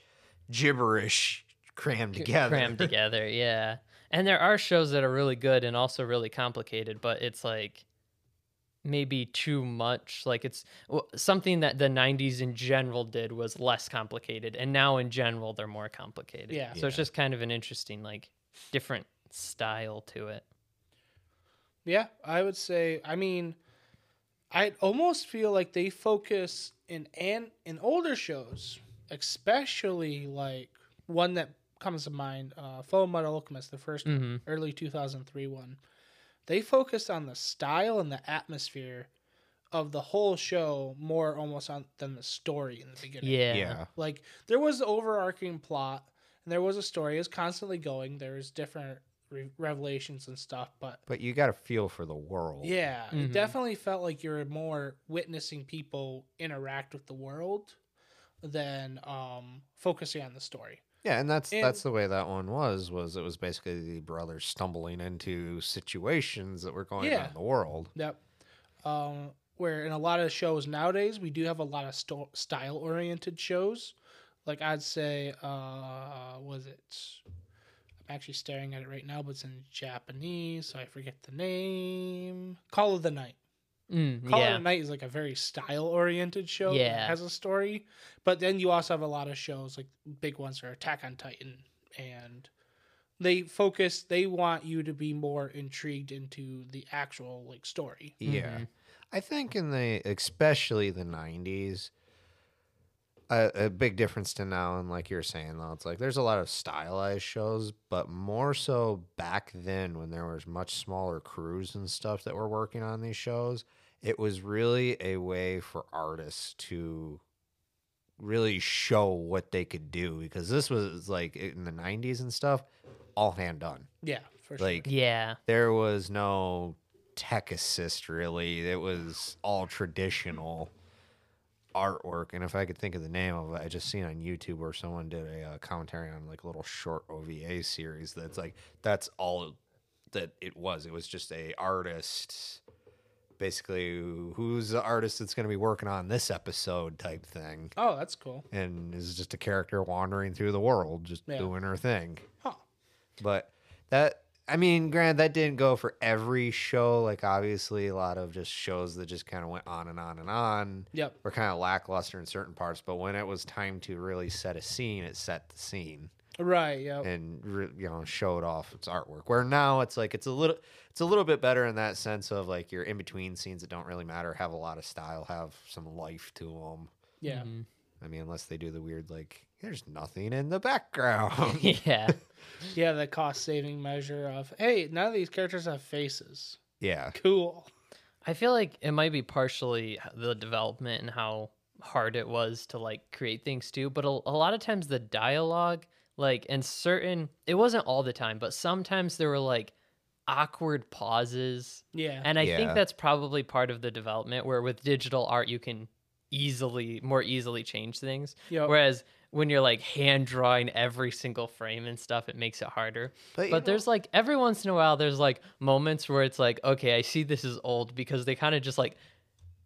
Speaker 3: gibberish crammed together.
Speaker 2: crammed together yeah and there are shows that are really good and also really complicated but it's like maybe too much like it's w- something that the 90s in general did was less complicated and now in general they're more complicated
Speaker 1: Yeah.
Speaker 2: so it's just kind of an interesting like different style to it
Speaker 1: Yeah, I would say. I mean, I almost feel like they focus in and in older shows, especially like one that comes to mind, uh, Full Metal Alchemist, the 1st
Speaker 2: Mhm.
Speaker 1: early two thousand three one. They focused on the style and the atmosphere of the whole show more almost on than the story in the beginning.
Speaker 2: yeah
Speaker 3: Yeah.
Speaker 1: Like there was the overarching plot and there was a story. It was constantly going. There was different re- revelations and stuff, but
Speaker 3: But you got to feel for the world.
Speaker 1: yeah,
Speaker 2: Mhm.
Speaker 1: it definitely felt like you're more witnessing people interact with the world than um, focusing on the story.
Speaker 3: Yeah, and that's
Speaker 1: And-
Speaker 3: that's the way that one was was it was basically the brothers stumbling into situations that were going on
Speaker 1: Yeah.
Speaker 3: in the world.
Speaker 1: Yep. Um, where in a lot of shows nowadays, we do have a lot of sto- style oriented shows. Like I'd say, uh, was it? I'm actually staring at it right now, but it's in Japanese, so I forget the name. Call of the Night.
Speaker 2: Mm,
Speaker 1: Call
Speaker 2: yeah.
Speaker 1: of the Night is like a very style oriented show. that
Speaker 2: Yeah.
Speaker 1: has a story, but then you also have a lot of shows like big ones are Attack on Titan, and they focus. They want you to be more intrigued into the actual like story.
Speaker 3: Yeah.
Speaker 2: Mm-hmm.
Speaker 3: I think in the especially the 90s a, a big difference to now and like you're saying though it's like there's a lot of stylized shows but more so back then when there was much smaller crews and stuff that were working on these shows it was really a way for artists to really show what they could do because this was like in the 90s and stuff all hand done
Speaker 1: Yeah, for
Speaker 3: like
Speaker 2: yeah
Speaker 3: there was no tech assist really. It was all traditional artwork. And if I could think of the name of it, I just seen on YouTube where someone did a uh, commentary on like a little short OVA series that's like that's all that it was. It was just a artist basically who's the artist that's going to be working on this episode type thing
Speaker 1: sure. Oh, that's cool.
Speaker 3: and is just a character wandering through the world just
Speaker 1: Yeah.
Speaker 3: doing her thing.
Speaker 1: Huh.
Speaker 3: But that I mean, granted, that didn't go for every show. Like obviously a lot of just shows that just kind of went on and on and on
Speaker 1: Yep.
Speaker 3: were kind of lackluster in certain parts, but when it was time to really set a scene, it set the scene
Speaker 1: Right. Yep.
Speaker 3: and re- you know showed off its artwork. Where now it's like it's a little it's a little bit better in that sense of like your in between scenes that don't really matter, have a lot of style, have some life to them.
Speaker 1: Yeah.
Speaker 2: Mhm.
Speaker 3: I mean, unless they do the weird like, there's nothing in the background.
Speaker 2: Mm-hmm. yeah
Speaker 1: Yeah. The cost saving measure of hey, none of these characters have faces.
Speaker 3: yeah,
Speaker 1: Cool.
Speaker 2: I feel like it might be partially h- the development and how hard it was to like create things too, but a, a lot of times the dialogue, like, and certain, it wasn't all the time, but sometimes there were like awkward pauses.
Speaker 1: Yeah.
Speaker 2: And I
Speaker 3: Yeah.
Speaker 2: think that's probably part of the development where with digital art, you can easily, more easily change things.
Speaker 1: Yep.
Speaker 2: Whereas when you're like hand drawing every single frame and stuff, it makes it harder
Speaker 3: but, you
Speaker 2: but
Speaker 3: know,
Speaker 2: there's like every once in a while there's like moments where it's like okay i see this is old because they kind of just like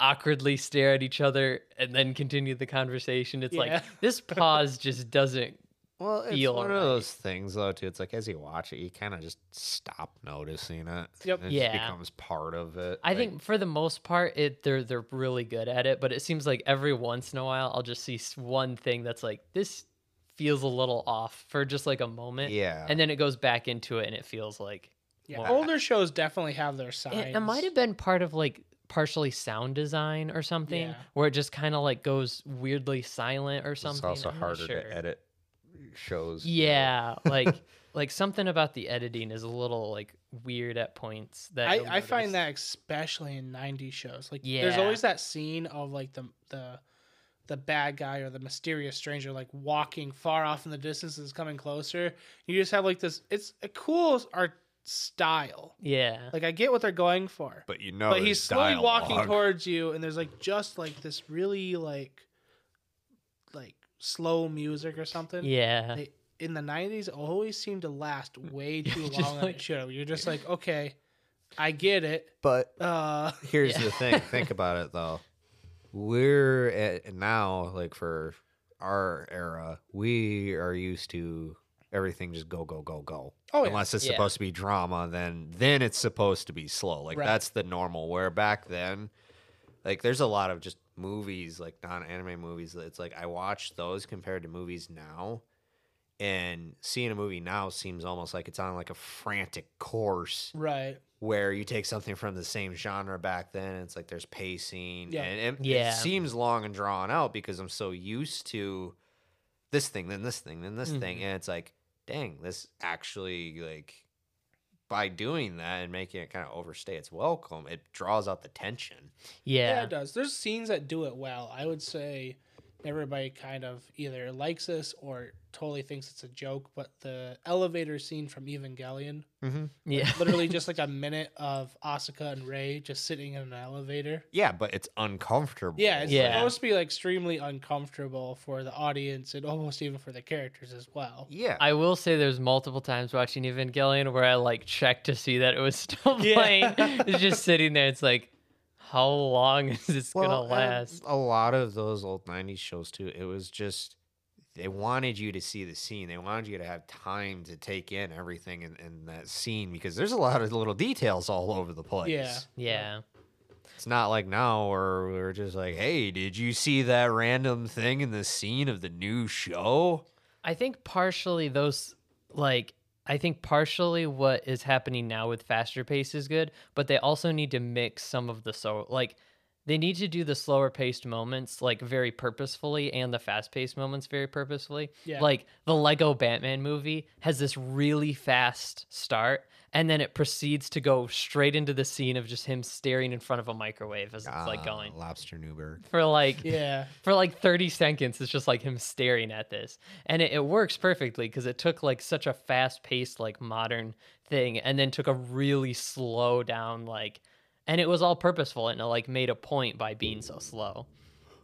Speaker 2: awkwardly stare at each other and then continue the conversation it's
Speaker 1: Yeah.
Speaker 2: like this pause just doesn't
Speaker 3: well, it's
Speaker 2: feel
Speaker 3: one of
Speaker 2: right.
Speaker 3: those things though too. It's like as you watch it, you kind of just stop noticing it.
Speaker 1: Yep.
Speaker 3: and it
Speaker 2: Yeah.
Speaker 3: just becomes part of it.
Speaker 2: i
Speaker 3: Like,
Speaker 2: think for the most part it they're they're really good at it but it seems like every once in a while i'll just see s- one thing that's like this feels a little off for just like a moment
Speaker 3: Yeah.
Speaker 2: and then it goes back into it and it feels like
Speaker 1: yeah.
Speaker 2: Well,
Speaker 1: Older shows definitely have their sides.
Speaker 2: It, it might have been part of like partially sound design or something
Speaker 1: Yeah.
Speaker 2: where it just kind of like goes weirdly silent or something.
Speaker 3: it's also
Speaker 2: I'm not
Speaker 3: harder
Speaker 2: sure.
Speaker 3: to edit shows. too.
Speaker 2: Yeah, like like something about the editing is a little like weird at points that you'll
Speaker 1: I, I find
Speaker 2: notice.
Speaker 1: that especially in 90s shows. Like there's always that scene of like the the the bad guy or the mysterious stranger like walking far off in the distance is coming closer. You just have like this. It's a cool art style.
Speaker 2: Yeah.
Speaker 1: Like I get what they're going for,
Speaker 3: But you know,
Speaker 1: but he's
Speaker 3: his
Speaker 1: slowly walking
Speaker 3: dialogue.
Speaker 1: towards you, and there's like just like this really like like slow music or something.
Speaker 2: Yeah.
Speaker 1: They, in the '90s, always seemed to last way too
Speaker 2: You're just
Speaker 1: long. on
Speaker 2: like-
Speaker 1: a show. You're just like, okay, I get it.
Speaker 3: But
Speaker 1: Uh,
Speaker 3: here's
Speaker 2: Yeah.
Speaker 3: the thing think about it though we're at, now like for our era we are used to everything just go go go go
Speaker 1: oh, yeah.
Speaker 3: unless it's
Speaker 2: Yeah.
Speaker 3: supposed to be drama then then it's supposed to be slow like
Speaker 1: Right.
Speaker 3: that's the normal where back then like there's a lot of just movies like non-anime movies that it's like i watch those compared to movies now and seeing a movie now seems almost like it's on like a frantic course
Speaker 1: right.
Speaker 3: where you take something from the same genre back then and it's like there's pacing
Speaker 1: Yeah.
Speaker 3: and it,
Speaker 2: Yeah.
Speaker 3: it seems long and drawn out because i'm so used to this thing then this thing then this thing
Speaker 1: Mm-hmm.
Speaker 3: and it's like dang this actually like by doing that and making it kind of overstay its welcome it draws out the tension
Speaker 1: Yeah.
Speaker 2: Yeah.
Speaker 1: it does. There's scenes that do it well. I would say everybody kind of either likes this or totally thinks it's a joke. But the elevator scene from Evangelion,
Speaker 3: mm-hmm.
Speaker 2: Yeah.
Speaker 1: literally just like a minute of Asuka and Ray just sitting in an elevator.
Speaker 3: yeah but it's uncomfortable
Speaker 1: Yeah, it's
Speaker 2: Yeah.
Speaker 1: supposed to be like extremely uncomfortable for the audience and almost even for the characters as well.
Speaker 3: yeah
Speaker 2: I will say there's multiple times watching Evangelion where I like checked to see that it was still
Speaker 1: Yeah.
Speaker 2: playing. It's just sitting there. It's like, how long is this gonna
Speaker 3: and
Speaker 2: last?
Speaker 3: A lot of those old '90s shows too. It was just they wanted you to see the scene. They wanted you to have time to take in everything in, in that scene because there's a lot of little details all over the place.
Speaker 1: Yeah.
Speaker 2: Yeah.
Speaker 3: It's not like now where we're just like, "Hey, did you see that random thing in the scene of the new show?"
Speaker 2: I think partially those like I think partially what is happening now with faster pace is good, but they also need to mix some of the so like they need to do the slower paced moments like very purposefully and the fast paced moments very purposefully.
Speaker 1: Yeah.
Speaker 2: Like the Lego Batman movie has this really fast start and then it proceeds to go straight into the scene of just him staring in front of a microwave as it's like
Speaker 3: Ah,
Speaker 2: going
Speaker 3: lobster Newberg.
Speaker 2: for like
Speaker 1: Yeah.
Speaker 2: for like 30 seconds it's just like him staring at this and it, it works perfectly because it took like such a fast paced like modern thing and then took a really slow down like and it was all purposeful and it like made a point by being so slow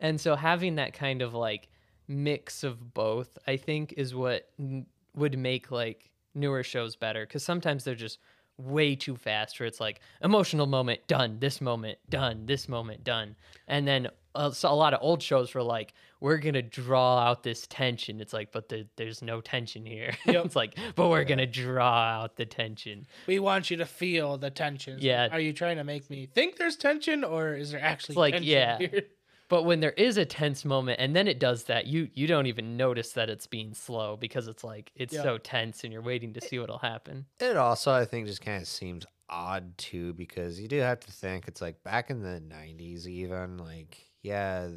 Speaker 2: and so having that kind of like mix of both i think is what n- would make like newer shows better because sometimes they're just way too fast where it's like emotional moment done this moment done this moment done and then uh, so a lot of old shows were like we're gonna draw out this tension it's like but there, there's no tension here
Speaker 1: Yep.
Speaker 2: it's like but we're gonna draw out the tension
Speaker 1: We want you to feel the tension.
Speaker 2: Yeah.
Speaker 1: Are you trying to make me think there's tension or is there actually
Speaker 2: like,
Speaker 1: tension
Speaker 2: yeah.
Speaker 1: here?
Speaker 2: But when there is a tense moment and then it does that, you you don't even notice that it's being slow because it's like it's
Speaker 1: Yeah.
Speaker 2: so tense and you're waiting to see what'll happen.
Speaker 3: It also, I think, just kind of seems odd too because you do have to think it's like back in the 90s, even like, yeah,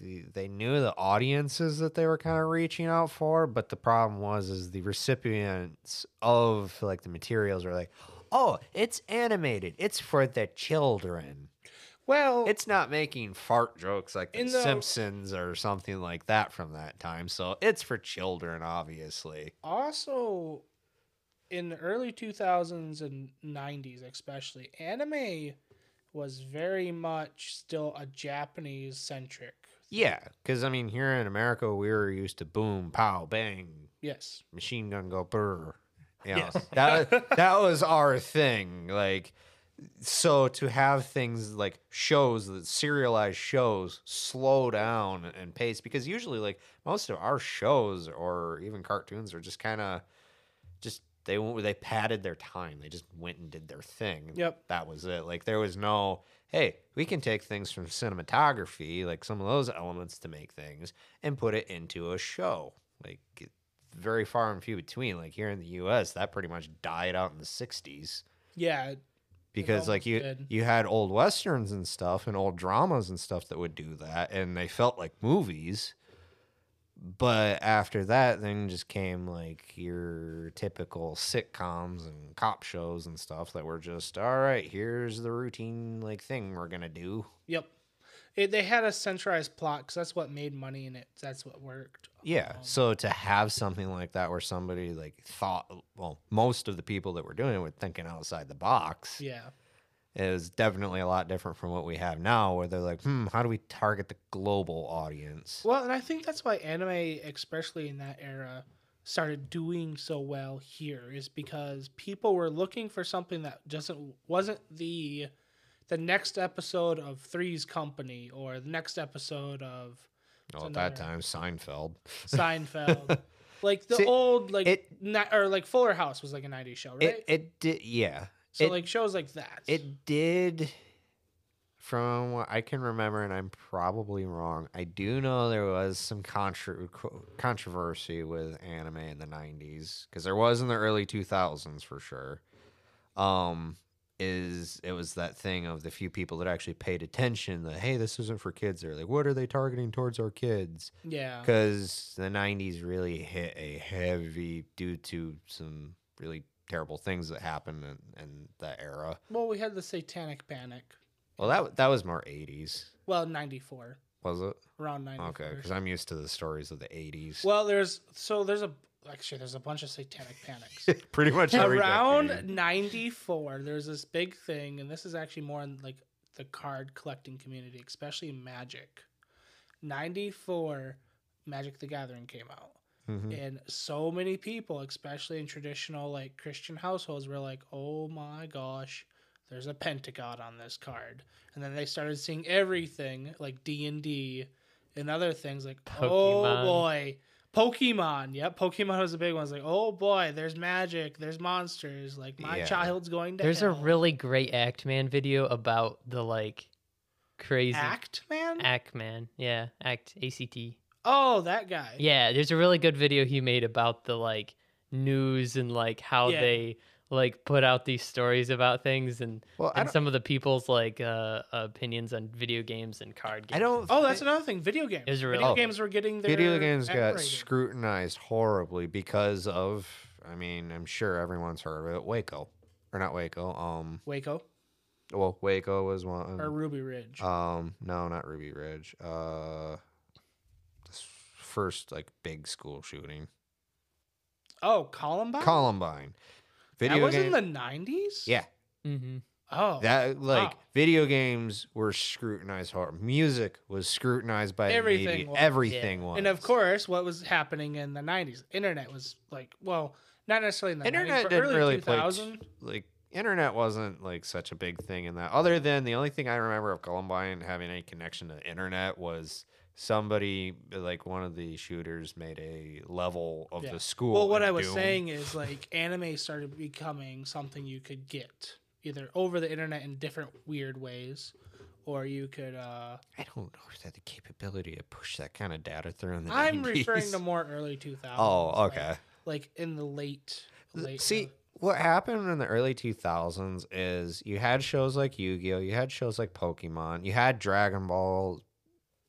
Speaker 3: the, they knew the audiences that they were kind of reaching out for, but the problem was, is the recipients of like the materials were like, oh, it's animated, it's for the children,
Speaker 1: Well,
Speaker 3: it's not making fart jokes like the,
Speaker 1: In the-
Speaker 3: Simpsons or something like that from that time, so it's for children, obviously.
Speaker 1: also in the early 2000s and 90s especially anime was very much still a japanese centric
Speaker 3: Yeah, because I mean, here in America, we were used to boom, pow, bang,
Speaker 1: yes
Speaker 3: machine gun go brr. You know,
Speaker 2: Yes.
Speaker 3: that that was our thing. Like, so to have things like shows that serialized shows slow down and pace because usually, like most of our shows or even cartoons are just kind of just they went- they padded their time. They just went and did their thing.
Speaker 1: Yep.
Speaker 3: that was it. Like there was no hey, we can take things from cinematography, like some of those elements to make things, and put it into a show. Like it- very far and few between. Like here in the U.S., that pretty much died out in the '60s
Speaker 1: yeah
Speaker 3: because like
Speaker 1: almost
Speaker 3: you
Speaker 1: did.
Speaker 3: you had old westerns and stuff and old dramas and stuff that would do that and they felt like movies but after that then just came like your typical sitcoms and cop shows and stuff that were just all right here's the routine like thing we're gonna do
Speaker 1: yep It, they had a centralized plot because that's what made money and it that's what worked.
Speaker 3: Yeah.
Speaker 1: Um,
Speaker 3: So to have something like that where somebody like thought, well, most of the people that were doing it were thinking outside the box
Speaker 1: yeah,
Speaker 3: is definitely a lot different from what we have now, where they're like, hmm, how do we target the global audience?
Speaker 1: well, and I think that's why anime, especially in that era, started doing so well here is because people were looking for something that doesn't wasn't the the next episode of Three's Company or the next episode of
Speaker 3: well, at that
Speaker 1: another-
Speaker 3: time, Seinfeld.
Speaker 1: Seinfeld. like the
Speaker 3: See,
Speaker 1: old like
Speaker 3: it-
Speaker 1: ni- or like Fuller House was like a 90s show, right?
Speaker 3: It, it did, yeah.
Speaker 1: so
Speaker 3: it-
Speaker 1: like shows like that.
Speaker 3: It did, from what I can remember, and I'm probably wrong. I do know there was some contra- co- controversy with anime in the '90s because there was in the early 2000s for sure. Um, is it was that thing of the few people that actually paid attention that hey, this isn't for kids. They're like, what are they targeting towards our kids?
Speaker 1: yeah.
Speaker 3: because the 90s really hit a heavy due to some really terrible things that happened in, in that era
Speaker 1: Well, we had the Satanic Panic.
Speaker 3: well that w- that was more 80s
Speaker 1: Well, 94,
Speaker 3: was it
Speaker 1: around 94.
Speaker 3: okay because i'm used to the stories of the 80s
Speaker 1: Well, there's so there's a actually there's a bunch of Satanic Panics.
Speaker 3: pretty much every
Speaker 1: around
Speaker 3: decade.
Speaker 1: 94, there's this big thing and this is actually more in like the card collecting community, especially Magic. 94 Magic the Gathering came out.
Speaker 3: Mhm.
Speaker 2: Mm.
Speaker 1: And so many people, especially in traditional like Christian households, were like, "Oh my gosh, there's a pentagon on this card." And then they started seeing everything like D and D and other things like,
Speaker 2: Pokemon.
Speaker 1: "Oh boy, Pokemon." Yep, Pokemon was a big one. It's like, "Oh boy, there's magic, there's monsters. Like my
Speaker 3: Yeah.
Speaker 1: child's going to."
Speaker 2: There's a
Speaker 1: hell."
Speaker 2: really great Act Man video about the like crazy
Speaker 1: act man.
Speaker 2: Act Man. Yeah, Act ACT.
Speaker 1: Oh, that guy.
Speaker 2: Yeah, there's a really good video he made about the like news and like how
Speaker 1: Yeah.
Speaker 2: they like put out these stories about things and
Speaker 3: well i
Speaker 2: and
Speaker 3: don't,
Speaker 2: some of the people's like uh opinions on video games and card games.
Speaker 3: I don't
Speaker 1: Oh, that's
Speaker 3: thi-
Speaker 1: another thing. Video games.
Speaker 2: was a really-
Speaker 1: Video
Speaker 2: Oh.
Speaker 1: games were getting their
Speaker 3: video games
Speaker 1: F
Speaker 3: got
Speaker 1: rating.
Speaker 3: scrutinized horribly because of i mean i'm sure everyone's heard of it waco or not waco um
Speaker 1: Waco
Speaker 3: well waco was one
Speaker 2: Mm.
Speaker 1: or Ruby Ridge.
Speaker 2: Uh,
Speaker 3: Um, no, not Ruby Ridge. Uh, this first like big school shooting,
Speaker 1: oh, Columbine.
Speaker 3: Columbine. Video
Speaker 1: that was
Speaker 3: game-
Speaker 1: in the nineties.
Speaker 3: yeah,
Speaker 2: hmm
Speaker 1: Oh,
Speaker 3: that like
Speaker 1: wow.
Speaker 3: video games were scrutinized hard. Music was scrutinized by everything.
Speaker 1: Everything was.
Speaker 3: Everything was.
Speaker 1: and of course, what was happening in the nineties? Internet was like, well, not necessarily in the
Speaker 3: Internet
Speaker 1: 90s, but
Speaker 3: didn't
Speaker 1: early
Speaker 3: really play t-
Speaker 1: 2000.
Speaker 3: like internet wasn't like such a big thing in that. Other than the only thing I remember of Columbine having any connection to the internet was. Somebody like one of the shooters made a level of
Speaker 1: Yeah.
Speaker 3: the school.
Speaker 1: Well, what
Speaker 3: in
Speaker 1: I was
Speaker 3: Doom.
Speaker 1: saying is like anime started becoming something you could get either over the internet in different weird ways, or you could. uh
Speaker 3: I don't know if they had the capability to push that kind of data through in the
Speaker 1: I'm referring
Speaker 3: 90s.
Speaker 1: to more early 2000s.
Speaker 3: Oh,
Speaker 1: like-
Speaker 3: okay.
Speaker 1: Like, in the late. late
Speaker 3: See, what happened in the early 2000s is you had shows like Yu-Gi-Oh, you had shows like Pokemon, you had Dragon Ball,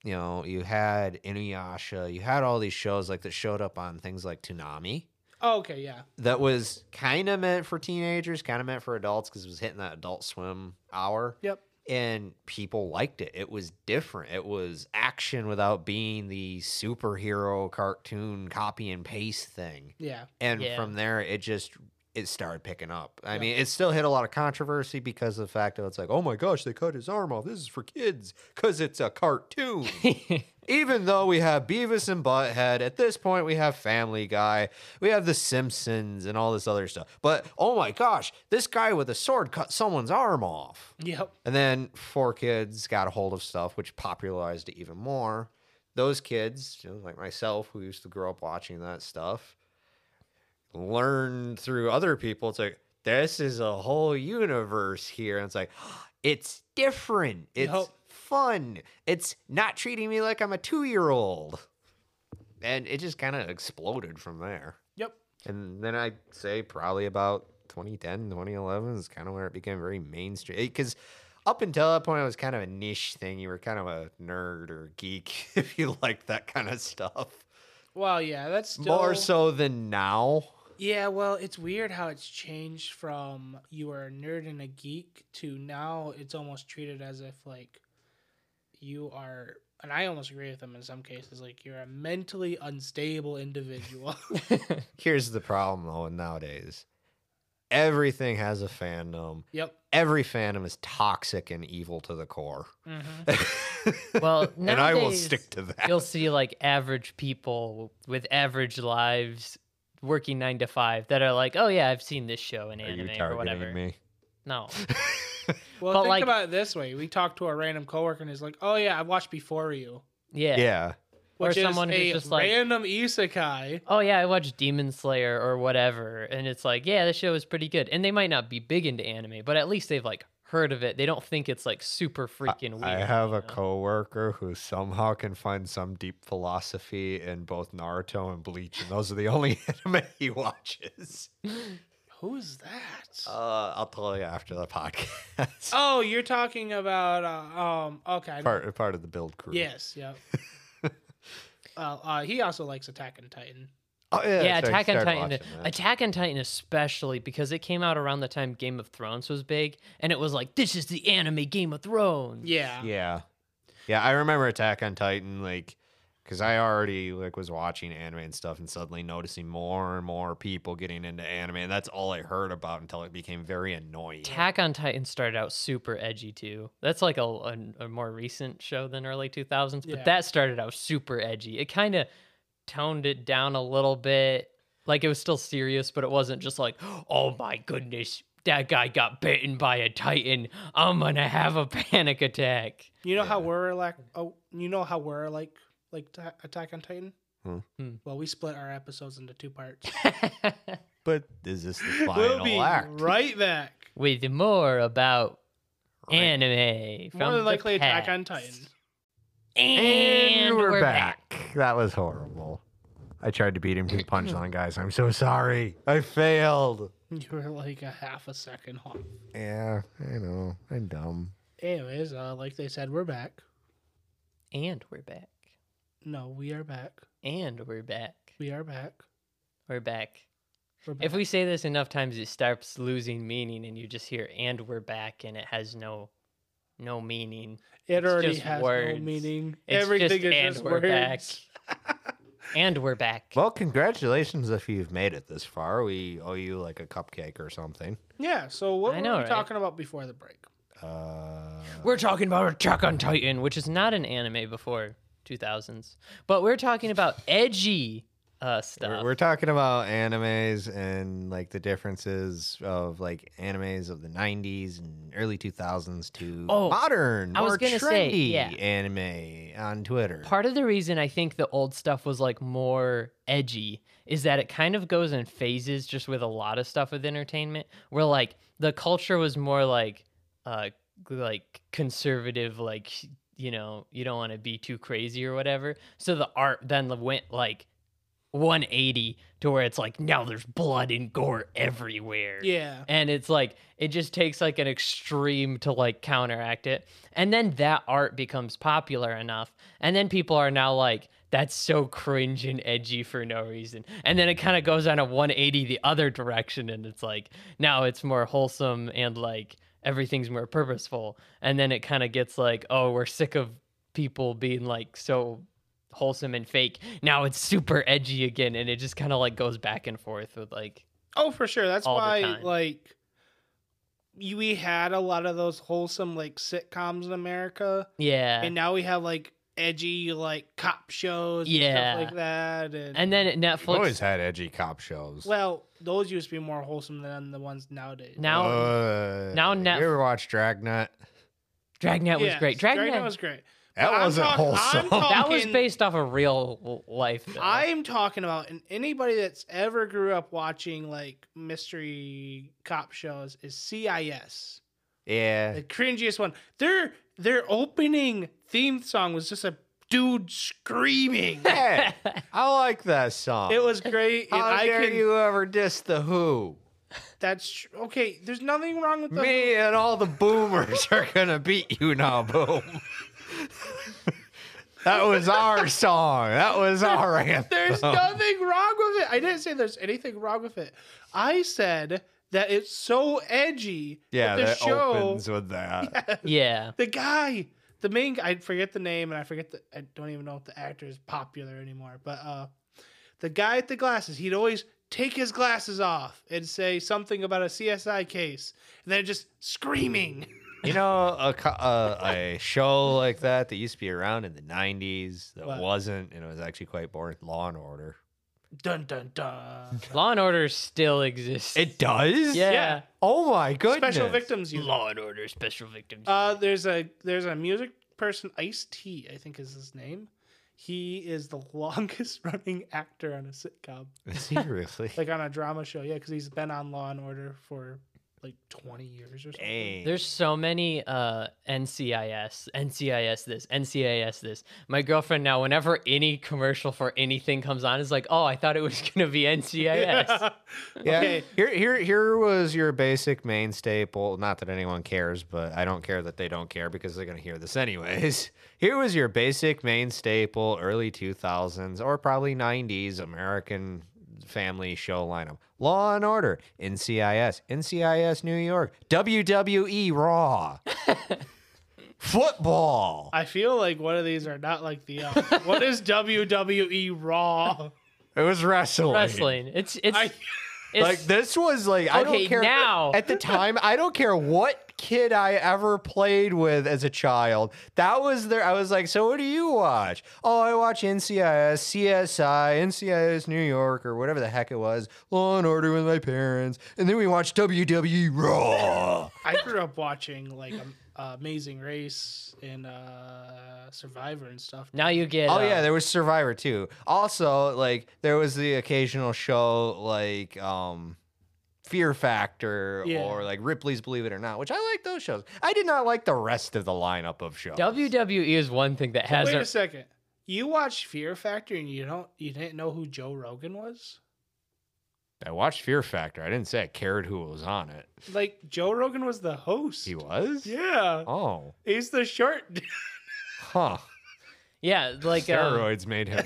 Speaker 3: you know, you had Inuyasha, you had all these shows like that showed up on things like Toonami.
Speaker 1: oh, okay, yeah,
Speaker 3: That was kind of meant for teenagers, kind of meant for adults because it was hitting that adult swim hour.
Speaker 1: yep.
Speaker 3: and people liked it. It was different. It was action without being the superhero cartoon copy and paste thing.
Speaker 1: Yeah,
Speaker 3: And
Speaker 2: Yeah.
Speaker 3: from there, it just it started picking up. I
Speaker 1: Yeah.
Speaker 3: mean, it still hit a lot of controversy because of the fact that it's like, oh my gosh, they cut his arm off. This is for kids because it's a cartoon.
Speaker 2: Mm-hmm.
Speaker 3: Even though we have Beavis and Butthead, at this point we have Family Guy, we have The Simpsons, and all this other stuff. But oh my gosh, this guy with a sword cut someone's arm off.
Speaker 1: yep.
Speaker 3: And then four kids got a hold of stuff, which popularized it even more. Those kids, you know, like myself, who used to grow up watching that stuff, learned through other people. It's like this is a whole universe here, and it's like it's different. It's
Speaker 1: Yup.
Speaker 3: fun. It's not treating me like I'm a two year old. And it just kind of exploded from there.
Speaker 1: Yep.
Speaker 3: And then I'd say probably about 2010, 2011 is kind of where it became very mainstream. Because up until that point, it was kind of a niche thing. You were kind of a nerd or geek if you liked that kind of stuff.
Speaker 1: Well, yeah, that's still...
Speaker 3: More so than now.
Speaker 1: Yeah, well, it's weird how it's changed from you are a nerd and a geek to now it's almost treated as if like you are, and I almost agree with them in some cases, like you're a mentally unstable individual.
Speaker 3: Here's the problem though nowadays. Everything has a fandom.
Speaker 1: yep.
Speaker 3: Every fandom is toxic and evil to the core.
Speaker 1: Mm-hmm.
Speaker 2: Well,
Speaker 3: and I will
Speaker 2: nowadays,
Speaker 3: stick to that.
Speaker 2: You'll see like average people with average lives working nine to five that are like, oh yeah, I've seen this show in
Speaker 3: Are you
Speaker 2: anime or
Speaker 3: targeting
Speaker 2: whatever.
Speaker 3: me?
Speaker 2: No,
Speaker 1: Well,
Speaker 2: But,
Speaker 1: think
Speaker 2: like-
Speaker 1: about it this way: we talk to a random coworker, and he's like, "Oh yeah, I've watched Before You,"
Speaker 2: yeah.
Speaker 3: yeah.
Speaker 2: Or
Speaker 1: which
Speaker 2: someone
Speaker 1: is
Speaker 2: who's
Speaker 1: a
Speaker 2: just like-
Speaker 1: random isekai.
Speaker 2: Oh yeah, I watched Demon Slayer or whatever, and it's like, yeah, this show is pretty good. And they might not be big into anime, but at least they've like heard of it. They don't think it's like super freaking weird.
Speaker 3: I have
Speaker 2: you
Speaker 3: a
Speaker 2: know?
Speaker 3: coworker who somehow can find some deep philosophy in both Naruto and Bleach, and those are the only anime he watches.
Speaker 1: Who's that?
Speaker 3: Uh, I'll tell you after the podcast.
Speaker 1: oh, you're talking about uh, um. Okay. I know.
Speaker 3: part part of the build crew.
Speaker 1: Yes. Yep. Well, uh, he also likes Attack on Titan.
Speaker 3: Oh, yeah,
Speaker 2: yeah,
Speaker 3: that's right,
Speaker 2: Attack on
Speaker 3: started
Speaker 2: Titan.
Speaker 3: watching that.
Speaker 2: Attack on Titan, especially because it came out around the time Game of Thrones was big, and it was like, this is the anime Game of Thrones.
Speaker 1: Yeah.
Speaker 3: yeah, yeah. I remember Attack on Titan, like, because I already like was watching anime and stuff, and suddenly noticing more and more people getting into anime, and that's all I heard about until it became very annoying.
Speaker 2: Attack on Titan started out super edgy too. That's like a, a, a more recent show than early 2000s, but
Speaker 1: Yeah.
Speaker 2: that started out super edgy. It kind of toned it down a little bit. Like it was still serious, but it wasn't just like, oh my goodness, that guy got bitten by a Titan. I'm going to have a panic attack.
Speaker 1: You know how
Speaker 3: Yeah.
Speaker 1: we're like. Oh, you know how we're like like Ta- Attack on Titan.
Speaker 3: Hmm.
Speaker 2: Hmm.
Speaker 1: Well, we split our episodes into two parts.
Speaker 3: But is this the final
Speaker 1: we'll be
Speaker 3: act?
Speaker 1: right back.
Speaker 2: With more about
Speaker 3: Right.
Speaker 2: anime from
Speaker 1: More than likely,
Speaker 2: the past.
Speaker 1: Attack on Titan.
Speaker 2: And, we're, back.
Speaker 3: That was horrible. I tried to beat him to the punchline, guys. I'm so sorry. I failed.
Speaker 1: You were like a half a second off.
Speaker 3: Yeah, I know. I'm dumb.
Speaker 1: Anyways, uh, like they said, we're back.
Speaker 2: And we're back.
Speaker 1: No, we are back.
Speaker 2: And we're back.
Speaker 1: We are back.
Speaker 2: We're back.
Speaker 1: We're back.
Speaker 2: If we say this enough times, it starts losing meaning, and you just hear "and we're back," and it has no, no meaning.
Speaker 1: it
Speaker 2: it's
Speaker 1: already
Speaker 2: just
Speaker 1: has
Speaker 2: words.
Speaker 1: no meaning.
Speaker 2: It's
Speaker 1: Everything
Speaker 2: just
Speaker 1: is
Speaker 2: "and
Speaker 1: just
Speaker 2: we're
Speaker 1: words.
Speaker 2: back." And we're back.
Speaker 3: Well, congratulations if you've made it this far. We owe you like a cupcake or something.
Speaker 1: Yeah. So what
Speaker 2: I
Speaker 1: were
Speaker 2: know,
Speaker 1: we
Speaker 2: right?
Speaker 1: talking about before the break?
Speaker 3: Uh,
Speaker 2: we're talking about Attack on Titan, which is not an anime before 2000s, but we're talking about edgy uh, stuff.
Speaker 3: we're, we're talking about animes and like the differences of like animes of the 90s and early 2000s to
Speaker 2: Oh,
Speaker 3: modern,
Speaker 2: I was
Speaker 3: more
Speaker 2: gonna
Speaker 3: trendy
Speaker 2: say, yeah.
Speaker 3: anime on Twitter.
Speaker 2: Part of the reason I think the old stuff was like more edgy is that it kind of goes in phases just with a lot of stuff with entertainment where like the culture was more like uh like conservative like you know you don't want to be too crazy or whatever so the art then went like 180 to where it's like now there's blood and gore everywhere
Speaker 1: Yeah.
Speaker 2: and it's like it just takes like an extreme to like counteract it and then that art becomes popular enough and then people are now like that's so cringe and edgy for no reason and then it kind of goes on a 180 the other direction and it's like now it's more wholesome and like everything's more purposeful and then it kind of gets like oh we're sick of people being like so wholesome and fake now it's super edgy again and it just kind of like goes back and forth with like
Speaker 1: Oh, for sure. That's
Speaker 2: All the
Speaker 1: why
Speaker 2: time.
Speaker 1: like you- we had a lot of those wholesome like sitcoms in America,
Speaker 2: yeah
Speaker 1: and now we have like edgy like cop shows,
Speaker 2: Yeah.
Speaker 1: and stuff like that, and,
Speaker 2: And then Netflix.
Speaker 3: We've always had edgy cop shows.
Speaker 1: well, those used to be more wholesome than the ones nowadays.
Speaker 2: now
Speaker 3: Uh,
Speaker 2: now
Speaker 3: you
Speaker 2: Netf-
Speaker 3: ever watch Dragnet?
Speaker 2: Dragnet was
Speaker 1: Yes,
Speaker 2: great. Dragnet,
Speaker 1: was great.
Speaker 3: That
Speaker 1: I'm
Speaker 3: wasn't
Speaker 1: talk- I'm talking-
Speaker 3: wholesome.
Speaker 2: that was
Speaker 1: fucking-
Speaker 2: based off a real l- life. though.
Speaker 1: I'm talking about, and anybody that's ever grew up watching like mystery cop shows is CIS,
Speaker 3: yeah.
Speaker 1: the cringiest one. Their their opening theme song was just a dude screaming.
Speaker 3: Hey, I like that song.
Speaker 1: it was great. and
Speaker 3: How
Speaker 1: I
Speaker 3: dare
Speaker 1: can,
Speaker 3: you ever diss the Who?
Speaker 1: That's tr- okay. There's nothing wrong with the
Speaker 3: Me and all the boomers are gonna beat you now, boom. that was our song. That was our anthem.
Speaker 1: There's nothing wrong with it. I didn't say there's anything wrong with it. I said that it's so edgy.
Speaker 3: yeah,
Speaker 1: that the
Speaker 3: that
Speaker 1: show.
Speaker 3: opens with that.
Speaker 2: yeah.
Speaker 1: The guy, the main I forget the name and I forget the I don't even know if the actor is popular anymore, but uh the guy at the glasses, he'd always take his glasses off and say something about a CSI case, and then just screaming.
Speaker 3: You know, a, co- uh, a show like that that used to be around in the 90s that
Speaker 1: What?
Speaker 3: wasn't, and it was actually quite boring Law and Order.
Speaker 1: Dun dun dun.
Speaker 2: Law and Order still exists.
Speaker 3: It does?
Speaker 2: yeah.
Speaker 1: yeah.
Speaker 3: Oh my goodness.
Speaker 1: Special victims unit.
Speaker 2: Law and Order Special Victims.
Speaker 1: Uh, there's a there's a music person, Ice T, I think is his name. He is the longest running actor on a sitcom,
Speaker 3: Seriously.
Speaker 1: like on a drama show. Yeah, because he's been on Law and Order for like 20 years or something.
Speaker 3: Dang.
Speaker 2: There's so many uh, NCIS, NCIS this, NCIS this. My girlfriend now, whenever any commercial for anything comes on, is like, oh, I thought it was going to be NCIS.
Speaker 3: Yeah.
Speaker 1: Okay.
Speaker 3: Here, here, here was your basic main staple. Not that anyone cares, but I don't care that they don't care because they're gonna hear this anyways. Here was your basic main staple, early two thousands or probably nineties American family show lineup: Law and Order, NCIS, NCIS New York, WWE Raw, football.
Speaker 1: I feel like one of these are not like the other. what is WWE Raw?
Speaker 3: It was wrestling.
Speaker 2: Wrestling. It's, it's,
Speaker 1: I,
Speaker 2: it's
Speaker 3: Like this was like I
Speaker 2: Okay,
Speaker 3: don't care
Speaker 2: now.
Speaker 3: at the time I don't care what kid I ever played with as a child. That was there. I was like, so what do you watch? Oh, I watch NCIS, CSI, NCIS New York, or whatever the heck it was. Law and Order with my parents, and then we watched WWE Raw.
Speaker 1: I grew up watching like um, Amazing Race and uh, Survivor and stuff.
Speaker 2: now you get.
Speaker 3: Oh
Speaker 2: uh,
Speaker 3: yeah, there was Survivor too. Also, like there was the occasional show like um Fear Factor
Speaker 1: Yeah.
Speaker 3: or like Ripley's Believe It or Not, which I like those shows. I did not like the rest of the lineup of shows.
Speaker 2: WWE E is one thing that
Speaker 1: Wait a
Speaker 2: hasn't.
Speaker 1: second. You watched Fear Factor and you don't you didn't know who Joe Rogan was?
Speaker 3: I watched Fear Factor. I didn't say I cared who was on it.
Speaker 1: Like Joe Rogan was the host.
Speaker 3: He was?
Speaker 1: Yeah.
Speaker 3: Oh.
Speaker 1: He's the short
Speaker 3: Huh.
Speaker 2: Yeah, like uh,
Speaker 3: Steroids made him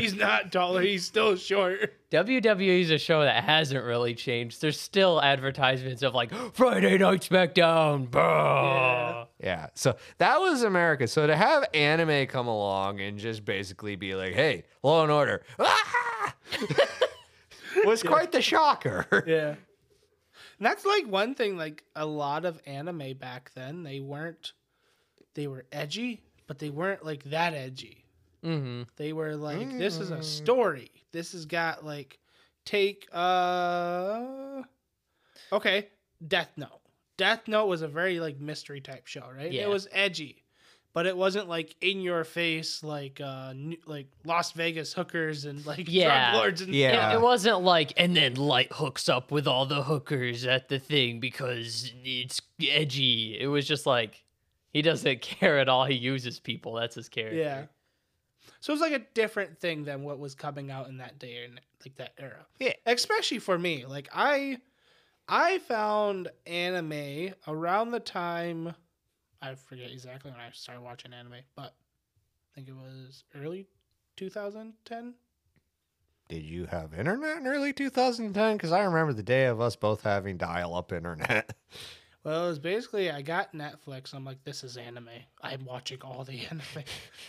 Speaker 1: he's not taller, he's still short.
Speaker 2: WWE E is a show that hasn't really changed. There's still advertisements of like Friday Night SmackDown,
Speaker 3: Oh.
Speaker 2: bro.
Speaker 3: yeah. So that was America. So to have anime come along and just basically be like, hey, law and order. Ah! was quite the shocker.
Speaker 1: Yeah. And that's like one thing, like a lot of anime back then, they weren't they were edgy, but they weren't like that edgy.
Speaker 2: Mm-hmm.
Speaker 1: They were like, this is a story. This has got like take uh Okay. Death Note. Death Note was a very like mystery type show, right?
Speaker 2: Yeah.
Speaker 1: It was edgy. But it wasn't like in your face like uh n- like Las Vegas hookers and like
Speaker 2: Yeah.
Speaker 1: drug lords and
Speaker 2: It-
Speaker 3: Yeah.
Speaker 2: It, wasn't like, and then Light hooks up with all the hookers at the thing because it's edgy. It was just like, he doesn't care at all. He uses people. That's his character.
Speaker 1: Yeah. So it was like a different thing than what was coming out in that day and like that era.
Speaker 3: Yeah.
Speaker 1: Especially for me. Like I I found anime around the time I forget exactly when I started watching anime, but I think it was early 2010.
Speaker 3: Did you have internet in early 2010? Because I remember the day of us both having dial up internet.
Speaker 1: Well, it was basically I got Netflix. I'm like, this is anime. I'm watching all the anime.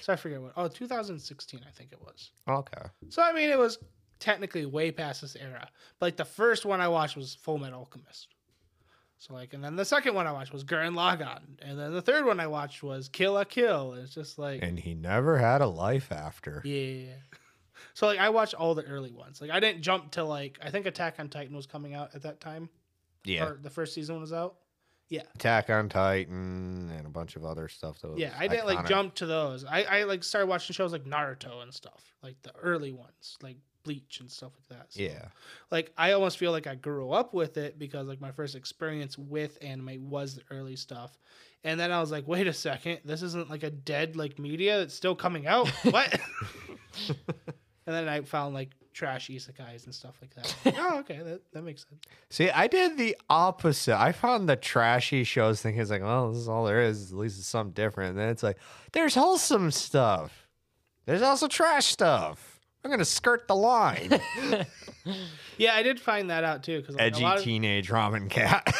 Speaker 1: so I forget what. Oh, 2016, I think it was.
Speaker 3: Okay.
Speaker 1: So I mean, it was technically way past this era. But like the first one I watched was Full Metal Alchemist. So like, and then the second one I watched was Gurren Lagann, and then the third one I watched was Kill a Kill. It's just like,
Speaker 3: And he never had a life after.
Speaker 1: yeah. So like, I watched all the early ones. Like, I didn't jump to like I think Attack on Titan was coming out at that time. Or the first season was out.
Speaker 3: Attack on Titan and a bunch of other stuff. That was
Speaker 1: Yeah, I didn't like
Speaker 3: iconic.
Speaker 1: jump to those. I I like started watching shows like Naruto and stuff, like the early ones, like Bleach and stuff like that. So,
Speaker 3: Yeah.
Speaker 1: like I almost feel like I grew up with it because like my first experience with anime was the early stuff. And then I was like, wait a second, this isn't like a dead like media that's still coming out. What? and then I found like trash isekais and stuff like that. Like, oh, okay, that, that makes sense.
Speaker 3: See, I did the opposite. I found the trashy shows thinking it's like, well, this is all there is. At least it's something different. And then it's like, there's wholesome stuff. There's also trash stuff. I'm gonna skirt the line.
Speaker 1: Yeah, I did find that out too because like, a
Speaker 3: Edgy
Speaker 1: lot of-
Speaker 3: teenage ramen cat.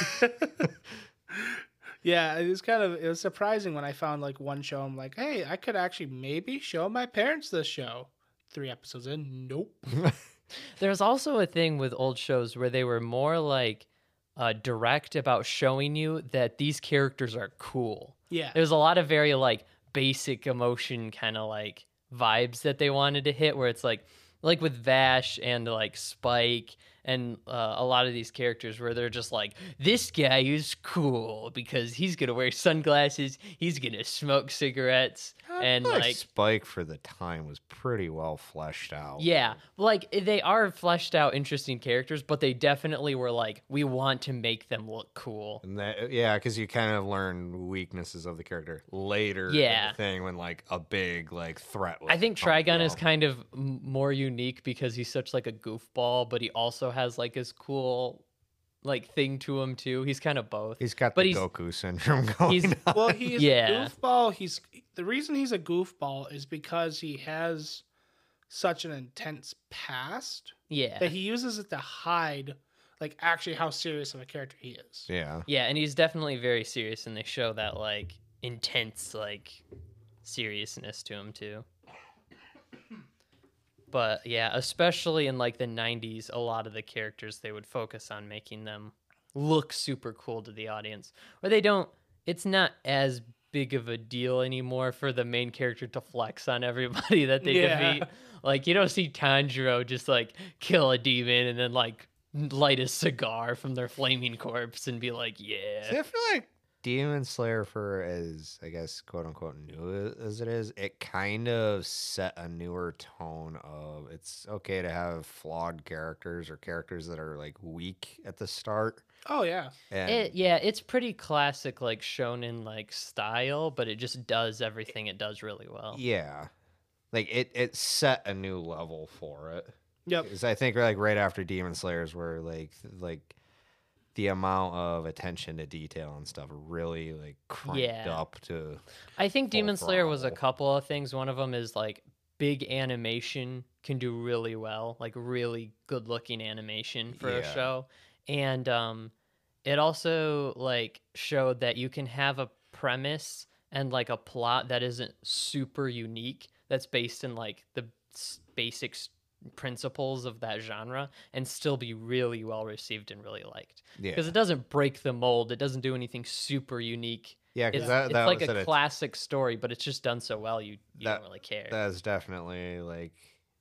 Speaker 1: yeah, it was kind of it was surprising when I found like one show. I'm like, hey, I could actually maybe show my parents this show. Three episodes in, nope.
Speaker 2: There's also a thing with old shows where they were more like uh, direct about showing you that these characters are cool.
Speaker 1: Yeah,
Speaker 2: There's a lot of very like basic emotion kind of like vibes that they wanted to hit where it's like like with Vash and like Spike and uh, a lot of these characters where they're just like this guy is cool because he's going to wear sunglasses, he's going to smoke cigarettes and
Speaker 3: I feel
Speaker 2: like
Speaker 3: Spike for the time was pretty well fleshed out.
Speaker 2: yeah, like they are fleshed out interesting characters, but they definitely were like we want to make them look cool.
Speaker 3: And that, yeah, because you kind of learn weaknesses of the character later. in the
Speaker 2: Yeah.
Speaker 3: thing when like a big like threat. Was
Speaker 2: I think
Speaker 3: coming
Speaker 2: Trigon is
Speaker 3: along.
Speaker 2: kind of m- more unique because he's such like a goofball, but he also has like his cool like thing to him too. He's kind of both.
Speaker 3: He's got
Speaker 2: but
Speaker 3: the
Speaker 2: he's-
Speaker 3: Goku syndrome going.
Speaker 2: he's-
Speaker 3: on.
Speaker 1: well he's
Speaker 2: Yeah.
Speaker 1: a goofball he's the reason he's a goofball is because he has such an intense past
Speaker 2: Yeah.
Speaker 1: that he uses it to hide like actually how serious of a character he is
Speaker 3: Yeah.
Speaker 2: yeah, and he's definitely very serious and they show that like intense like seriousness to him too. But yeah, especially in like the 90s, a lot of the characters they would focus on making them look super cool to the audience. Or they don't it's not as big of a deal anymore for the main character to flex on everybody that they
Speaker 1: Yeah.
Speaker 2: defeat. Like you don't see Tanjiro just like kill a demon and then like light a cigar from their flaming corpse and be like,
Speaker 3: See, I
Speaker 2: "Yeah."
Speaker 3: feel like Demon Slayer, for as I guess quote unquote new as it is, it kind of set a newer tone of it's okay to have flawed characters or characters that are like weak at the start.
Speaker 1: oh yeah
Speaker 3: And
Speaker 2: It, yeah, it's pretty classic like shonen like style, but it just does everything it does really well.
Speaker 3: yeah, like it it set a new level for it.
Speaker 1: yep
Speaker 3: Because I think like right after Demon Slayers, where like like the amount of attention to detail and stuff really like cranked
Speaker 2: Yeah.
Speaker 3: up to
Speaker 2: I think
Speaker 3: full
Speaker 2: Demon Slayer was a
Speaker 3: throttle.
Speaker 2: couple of things. One of them is like big animation can do really well, like really good looking animation for
Speaker 3: Yeah.
Speaker 2: a show. And um it also like showed that you can have a premise and like a plot that isn't super unique that's based in like the s- basic s- principles of that genre and still be really well received and really liked
Speaker 3: yeah
Speaker 2: because it doesn't break the mold it doesn't do anything super unique
Speaker 3: yeah
Speaker 2: it's,
Speaker 3: because that,
Speaker 2: it's
Speaker 3: that
Speaker 2: like
Speaker 3: was
Speaker 2: a
Speaker 3: at
Speaker 2: classic story, but it's just done so well you, you
Speaker 3: That-
Speaker 2: don't really care.
Speaker 3: That's definitely like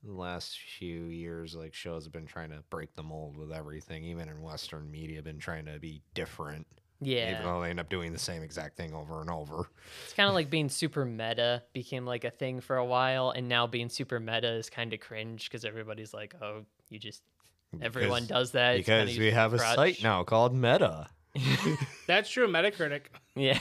Speaker 3: the last few years, like shows have been trying to break the mold with everything. Even in Western media, been trying to be different, even
Speaker 2: yeah,
Speaker 3: though they end up doing the same exact thing over and over.
Speaker 2: it's kind of like being super meta became like a thing for a while, and now being super meta is kind of cringe because everybody's like, "Oh, you just everyone
Speaker 3: Because-
Speaker 2: does that." It's kinda
Speaker 3: Because
Speaker 2: used
Speaker 3: we
Speaker 2: as
Speaker 3: have a site
Speaker 2: crutch.
Speaker 3: now called Meta.
Speaker 1: that's true metacritic
Speaker 2: Yeah,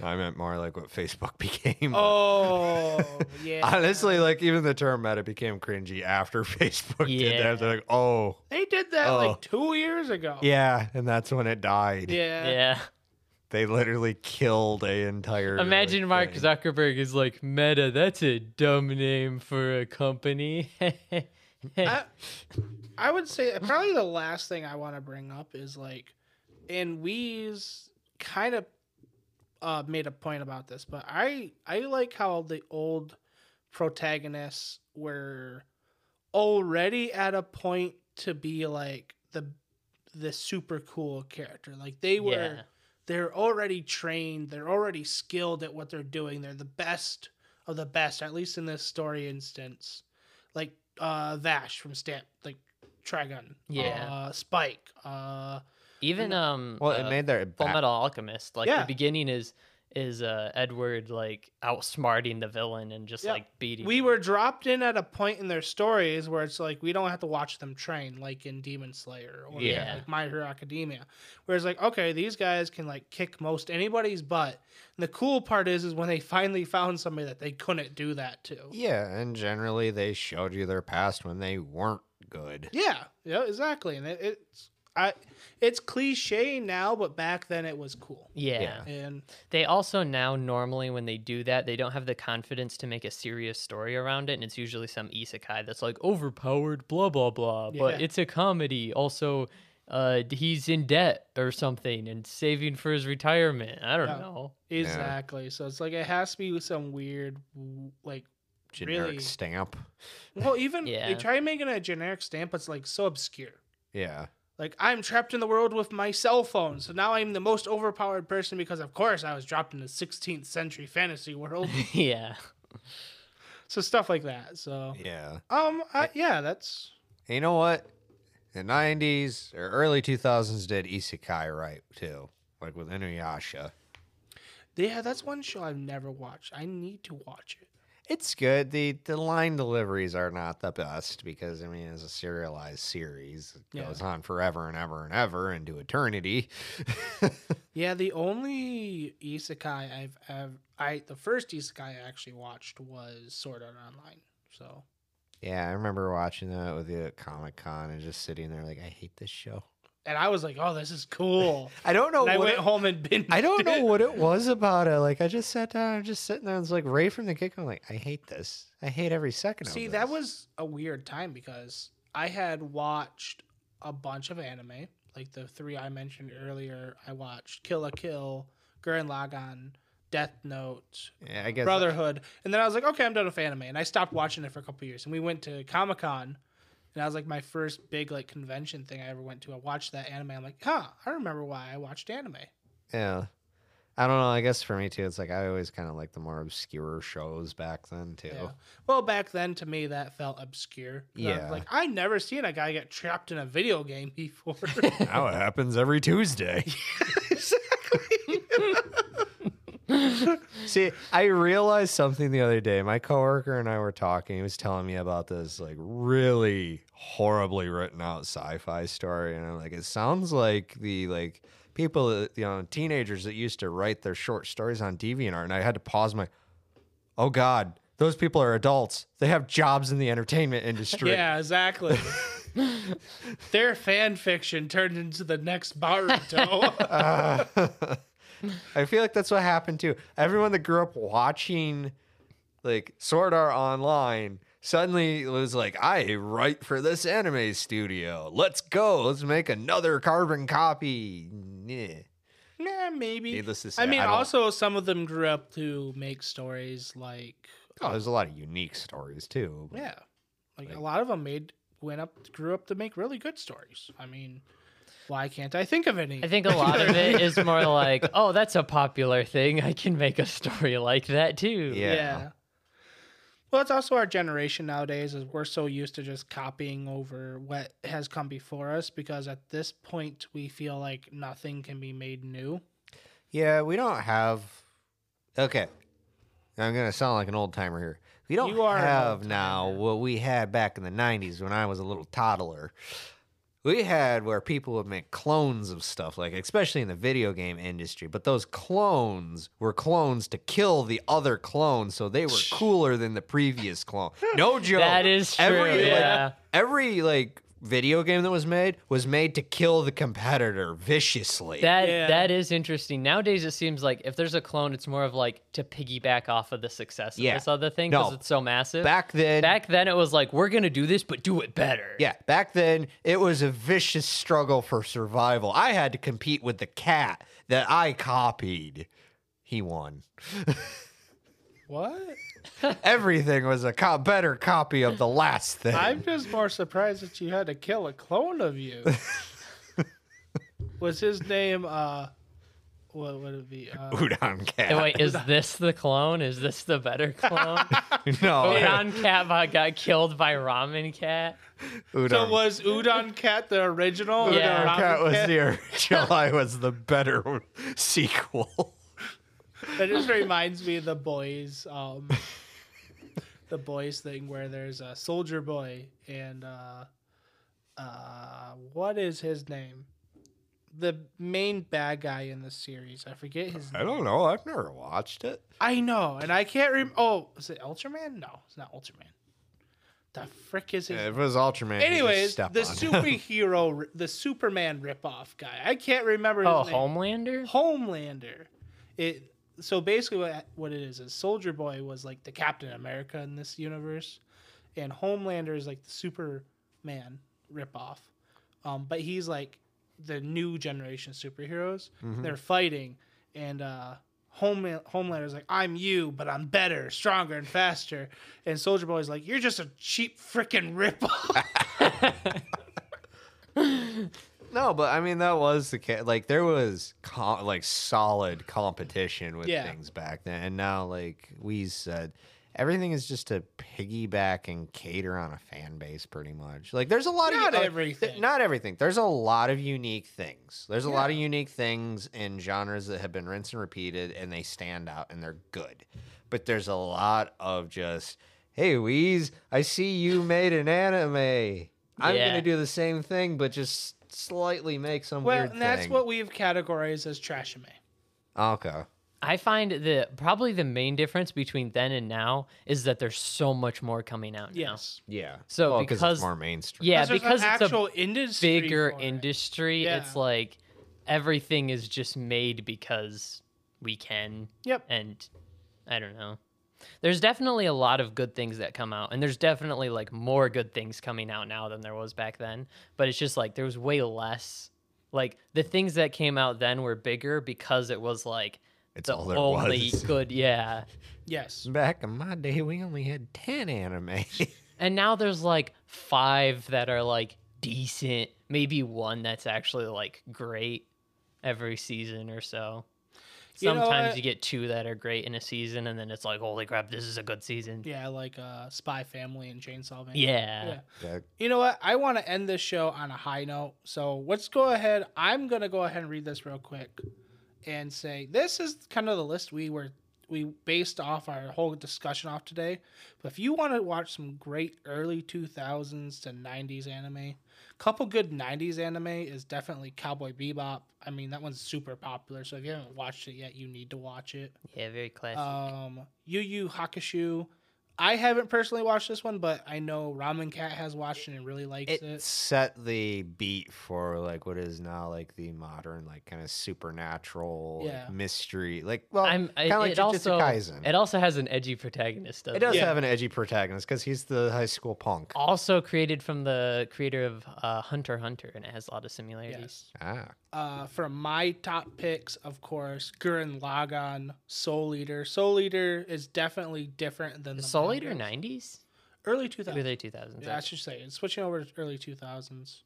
Speaker 3: I meant more like what Facebook became.
Speaker 1: oh yeah
Speaker 3: Honestly, like even the term meta became cringy after Facebook did
Speaker 2: Yeah.
Speaker 3: that. They're like, oh,
Speaker 1: they did that
Speaker 3: Oh.
Speaker 1: like two years ago
Speaker 3: yeah. And that's when it died.
Speaker 1: yeah,
Speaker 2: yeah.
Speaker 3: They literally killed a entire. like,
Speaker 2: Imagine Mark
Speaker 3: thing.
Speaker 2: Zuckerberg is like, "Meta, that's a dumb name for a company."
Speaker 1: I, I would say that probably the last thing I want to bring up is like, and we's kind of uh, made a point about this, but I I like how the old protagonists were already at a point to be like the the super cool character. Like they were
Speaker 2: yeah,
Speaker 1: they're already trained they're already skilled at what they're doing they're the best of the best at least in this story instance like uh vash from stamp like trigun
Speaker 2: Yeah.
Speaker 1: uh spike uh
Speaker 2: even um.
Speaker 3: Well,
Speaker 2: uh,
Speaker 3: it made their
Speaker 2: Full
Speaker 3: back-
Speaker 2: Metal Alchemist. Like
Speaker 1: Yeah.
Speaker 2: the beginning is is uh, Edward like outsmarting the villain and just
Speaker 1: Yeah.
Speaker 2: like beating.
Speaker 1: we
Speaker 2: him.
Speaker 1: were dropped in at a point in their stories where it's like we don't have to watch them train like in demon slayer or
Speaker 3: Yeah.
Speaker 1: like my hero academia where it's like okay these guys can like kick most anybody's butt and the cool part is is when they finally found somebody that they couldn't do that to
Speaker 3: Yeah, and generally they showed you their past when they weren't good.
Speaker 1: Yeah, yeah, exactly. And it, it's I, it's cliche now, but back then it was cool.
Speaker 2: Yeah.
Speaker 3: Yeah.
Speaker 1: And
Speaker 2: They also now normally when they do that, they don't have the confidence to make a serious story around it, and it's usually some isekai that's like overpowered, blah blah blah. But
Speaker 1: Yeah.
Speaker 2: it's a comedy. Also, uh, he's in debt or something and saving for his retirement. I don't
Speaker 1: Yeah.
Speaker 2: know.
Speaker 1: Exactly. So it's like it has to be some weird, w- like,
Speaker 3: generic
Speaker 1: Really?
Speaker 3: stamp.
Speaker 1: well, even they
Speaker 2: Yeah.
Speaker 1: try making a generic stamp, but it's like so obscure.
Speaker 3: Yeah.
Speaker 1: Like I'm trapped in the world with my cell phone, so now I'm the most overpowered person because, of course, I was dropped in the 16th century fantasy world.
Speaker 2: yeah.
Speaker 1: so stuff like that. So
Speaker 3: Yeah.
Speaker 1: um, I, yeah, that's
Speaker 3: And you know what? The '90s or early 2000s did isekai right too, like with Inuyasha.
Speaker 1: yeah, that's one show I've never watched. I need to watch it.
Speaker 3: It's good. the The line deliveries are not the best because I mean, it's a serialized series. It
Speaker 1: Yeah.
Speaker 3: goes on forever and ever and ever into eternity.
Speaker 1: Yeah, the only isekai I've ever, I the first isekai I actually watched was Sword Art Online. So
Speaker 3: yeah, I remember watching that with you at Comic Con and just sitting there like, I hate this show.
Speaker 1: and I was like, oh, this is cool.
Speaker 3: I don't know.
Speaker 1: and I
Speaker 3: what
Speaker 1: went
Speaker 3: it-
Speaker 1: home and binged.
Speaker 3: I don't know
Speaker 1: it.
Speaker 3: what it was about it. Like I just sat down, I'm just sitting there. I was like, right from the get go, I'm like, I hate this. I hate every second of
Speaker 1: See,
Speaker 3: this.
Speaker 1: that was a weird time because I had watched a bunch of anime, like the three I mentioned earlier. I watched Kill a Kill, Gurren Lagann, Death Note,
Speaker 3: yeah, I guess
Speaker 1: Brotherhood, and then I was like, okay, I'm done with anime, and I stopped watching it for a couple years. And we went to Comic Con, and I was like, my first big like convention thing I ever went to. I watched that anime. I'm like, huh, I remember why I watched anime.
Speaker 3: Yeah, I don't know. I guess for me too, it's like I always kind of like the more obscure shows back then too.
Speaker 1: Yeah. Well, back then to me that felt obscure. 'Cause I was
Speaker 3: Yeah.
Speaker 1: like I never seen a guy get trapped in a video game before.
Speaker 3: Now it happens every Tuesday.
Speaker 1: exactly.
Speaker 3: See, I realized something the other day. My coworker and I were talking. He was telling me about this like really horribly written out sci-fi story, and I'm like, it sounds like the like people, that, you know, teenagers that used to write their short stories on DeviantArt. And I had to pause my, oh god, those people are adults. They have jobs in the entertainment industry.
Speaker 1: Yeah, exactly. Their fan fiction turned into the next Baruto.
Speaker 3: Uh, I feel like that's what happened too. Everyone that grew up watching like Sword Art Online suddenly was like, I write for this anime studio. Let's go. Let's make another carbon copy. Yeah.
Speaker 1: nah, maybe.
Speaker 3: Needless to
Speaker 1: I
Speaker 3: say,
Speaker 1: mean,
Speaker 3: I don't-
Speaker 1: also some of them grew up to make stories like
Speaker 3: Oh, there's a lot of unique stories too.
Speaker 1: yeah, like, a lot of them made went up grew up to make really good stories. I mean, why can't I think of any?
Speaker 2: I think a lot of it is more like, oh, that's a popular thing. I can make a story like that too.
Speaker 3: Yeah.
Speaker 1: Well, it's also our generation nowadays is we're so used to just copying over what has come before us because at this point we feel like nothing can be made new.
Speaker 3: Yeah, we don't have. Okay, I'm gonna sound like an old timer here. We don't
Speaker 1: You are an
Speaker 3: have
Speaker 1: old-timer.
Speaker 3: now what we had back in the '90s when I was a little toddler. We had where people would make clones of stuff, like especially in the video game industry. But those clones were clones to kill the other clone, so they were cooler than the previous clone. No joke.
Speaker 2: That is true.
Speaker 3: Every, like,
Speaker 2: yeah.
Speaker 3: every like video game that was made was made to kill the competitor viciously.
Speaker 2: That
Speaker 1: Yeah.
Speaker 2: that is interesting. Nowadays, it seems like if there's a clone, it's more of like to piggyback off of the success of
Speaker 3: Yeah.
Speaker 2: this other thing because
Speaker 3: No.
Speaker 2: it's so massive.
Speaker 3: back then,
Speaker 2: Back then, it was like we're gonna do this, but do it better.
Speaker 3: Yeah, back then it was a vicious struggle for survival. I had to compete with the cat that I copied. He won.
Speaker 1: What?
Speaker 3: Everything was a co- better copy of the last thing.
Speaker 1: I'm just more surprised that you had to kill a clone of you. Was his name uh what would it be? Uh,
Speaker 3: Udon cat.
Speaker 2: And wait, is this the clone? Is this the better clone?
Speaker 3: no,
Speaker 2: Udon Cat got- got killed by Ramen Cat.
Speaker 3: Udon,
Speaker 1: so was Udon Cat the original? or the
Speaker 2: Yeah.
Speaker 1: Ramen
Speaker 3: cat was
Speaker 1: Cat?
Speaker 3: the original. I was the better sequel.
Speaker 1: That just reminds me of the boys, um, the boys thing where there's a soldier boy and uh, uh, what is his name? The main bad guy in the series. I forget his. name.
Speaker 3: don't know. I've never watched it.
Speaker 1: I know, and I can't rem. Oh, is it Ultraman? No, it's not Ultraman. The frick is his?
Speaker 3: If it was Ultraman, he'd just
Speaker 1: Anyways, the
Speaker 3: step on it.
Speaker 1: superhero, the Superman ripoff guy. I can't remember. His
Speaker 2: Oh,
Speaker 1: name.
Speaker 2: Homelander.
Speaker 1: Homelander. It so basically what what it is is Soldier Boy was like the Captain America in this universe, and Homelander is like the Superman ripoff. Um, but he's like the new generation superheroes.
Speaker 3: Mm-hmm.
Speaker 1: They're fighting, and uh, Home- Homelander's like, "I'm you, but I'm better, stronger, and faster." And Soldier Boy's like, "You're just a cheap freaking ripoff."
Speaker 3: No, but I mean that was the ca- like there was co- like solid competition with
Speaker 1: Yeah.
Speaker 3: things back then, and now like we said, everything is just to piggyback and cater on a fan base pretty much. Like there's a lot
Speaker 1: Not
Speaker 3: of uh, th-
Speaker 1: everything.
Speaker 3: not everything. There's a lot of unique things. There's a lot of unique things in genres that have been rinsed and repeated, and they stand out and they're good. But there's a lot of just hey Wheeze, I see you made an anime. I'm
Speaker 2: Yeah.
Speaker 3: gonna do the same thing, but just slightly make some
Speaker 1: well,
Speaker 3: weird
Speaker 1: and that's
Speaker 3: thing.
Speaker 1: what we've categorized as trashime.
Speaker 3: Okay.
Speaker 2: I find the probably the main difference between then and now is that there's so much more coming out now.
Speaker 1: Yes.
Speaker 3: Yeah.
Speaker 2: So
Speaker 3: Well,
Speaker 2: because-
Speaker 3: it's more mainstream.
Speaker 2: Yeah,
Speaker 1: Because there's
Speaker 2: because
Speaker 1: an
Speaker 2: it's a
Speaker 1: actual industry
Speaker 2: bigger
Speaker 1: for it.
Speaker 2: industry,
Speaker 1: Yeah.
Speaker 2: it's like everything is just made because we can.
Speaker 1: Yep.
Speaker 2: And I don't know. There's definitely a lot of good things that come out, and there's definitely like more good things coming out now than there was back then. But it's just like there was way less. Like the things that came out then were bigger because it was like
Speaker 3: It's
Speaker 2: the
Speaker 3: all there
Speaker 2: only
Speaker 3: was.
Speaker 2: good, yeah.
Speaker 1: Yes.
Speaker 3: Back in my day, we only had ten anime.
Speaker 2: And now there's like five that are like decent, maybe one that's actually like great every season or so.
Speaker 1: You know,
Speaker 2: Sometimes you,
Speaker 1: I-
Speaker 2: get two that are great in a season, and then it's like, holy crap, this is a good season. Yeah.
Speaker 1: Yeah, like uh, Spy Family and Chainsaw Man. Yeah.
Speaker 3: That-
Speaker 1: You know what? I want to end this show on a high note. So let's go ahead. I'm gonna go ahead and read this real quick, and say this is kind of the list we were we based off our whole discussion off today. But if you want to watch some great early 2000s to 90s anime, couple good 90s anime is definitely Cowboy Bebop. I mean that one's super popular. So if you haven't watched it yet, you need to watch it.
Speaker 2: Yeah, very classic.
Speaker 1: Um, Yu Yu Hakusho. I haven't personally watched this one, but I know Ramen Cat has watched it and really likes
Speaker 3: it
Speaker 1: it.
Speaker 3: set the beat for like what is now like the modern like kind of supernatural like,
Speaker 1: Yeah.
Speaker 3: mystery like well
Speaker 2: I'm, I,
Speaker 3: kind of like
Speaker 2: it, also,
Speaker 3: Jujutsu Kaisen.
Speaker 2: it also has an edgy protagonist.
Speaker 3: It
Speaker 2: doesn't
Speaker 3: does
Speaker 1: Yeah.
Speaker 3: have an edgy protagonist because he's the high school punk.
Speaker 2: Also created from the creator of uh, Hunter x Hunter, and it has a lot of similarities.
Speaker 1: Yes.
Speaker 3: Ah,
Speaker 1: Uh, from my top picks, of course, Gurren Lagann, Soul Eater. Soul Eater is definitely different than the
Speaker 2: Soul Eater
Speaker 1: manga.
Speaker 2: 90s?
Speaker 1: early
Speaker 2: Or
Speaker 1: 2000s.
Speaker 2: the 2000s?
Speaker 1: Yeah, I should say it's switching over to early 2000s.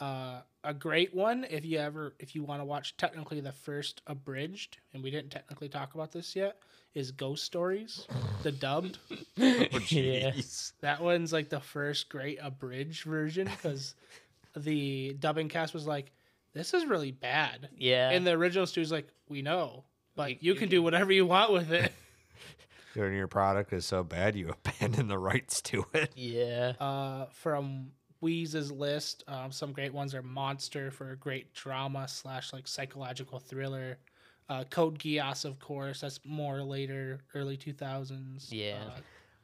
Speaker 1: Uh, a great one if you ever if you want to watch technically the first abridged, and we didn't technically talk about this yet, is Ghost Stories, the dubbed.
Speaker 2: yeah.
Speaker 1: That one's like the first great abridged version because the dubbing cast was like, "This is really bad,"
Speaker 2: yeah.
Speaker 1: and the original studio's like, "We know, but you can do whatever you want with it."
Speaker 3: When your product is so bad, you abandon the rights to it.
Speaker 2: yeah.
Speaker 1: Uh, from Weeze's list, um, some great ones are Monster for a great drama slash like psychological thriller. Uh, Code Geass, of course, that's more later, early two thousands.
Speaker 2: Yeah.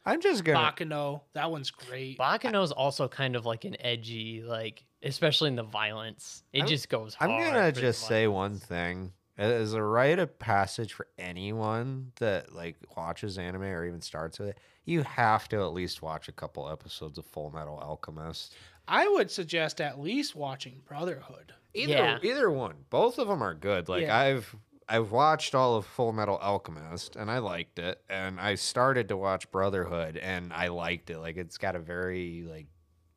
Speaker 3: I'm just
Speaker 1: uh,
Speaker 3: gonna.
Speaker 1: Bakano, that one's great.
Speaker 2: Bakano's also kind of like an edgy, like especially in the violence. It
Speaker 3: I'm-
Speaker 2: just goes.
Speaker 3: I'm
Speaker 2: hard
Speaker 3: gonna
Speaker 2: for the
Speaker 3: just say
Speaker 2: violence.
Speaker 3: one thing. It is a rite of passage for anyone that like watches anime or even starts with it. You have to at least watch a couple episodes of Full Metal Alchemist.
Speaker 1: I would suggest at least watching Brotherhood.
Speaker 3: Either
Speaker 2: Yeah.
Speaker 3: either one. Both of them are good. Like
Speaker 1: Yeah.
Speaker 3: I've I've watched all of Full Metal Alchemist and I liked it. And I started to watch Brotherhood and I liked it. Like it's got a very like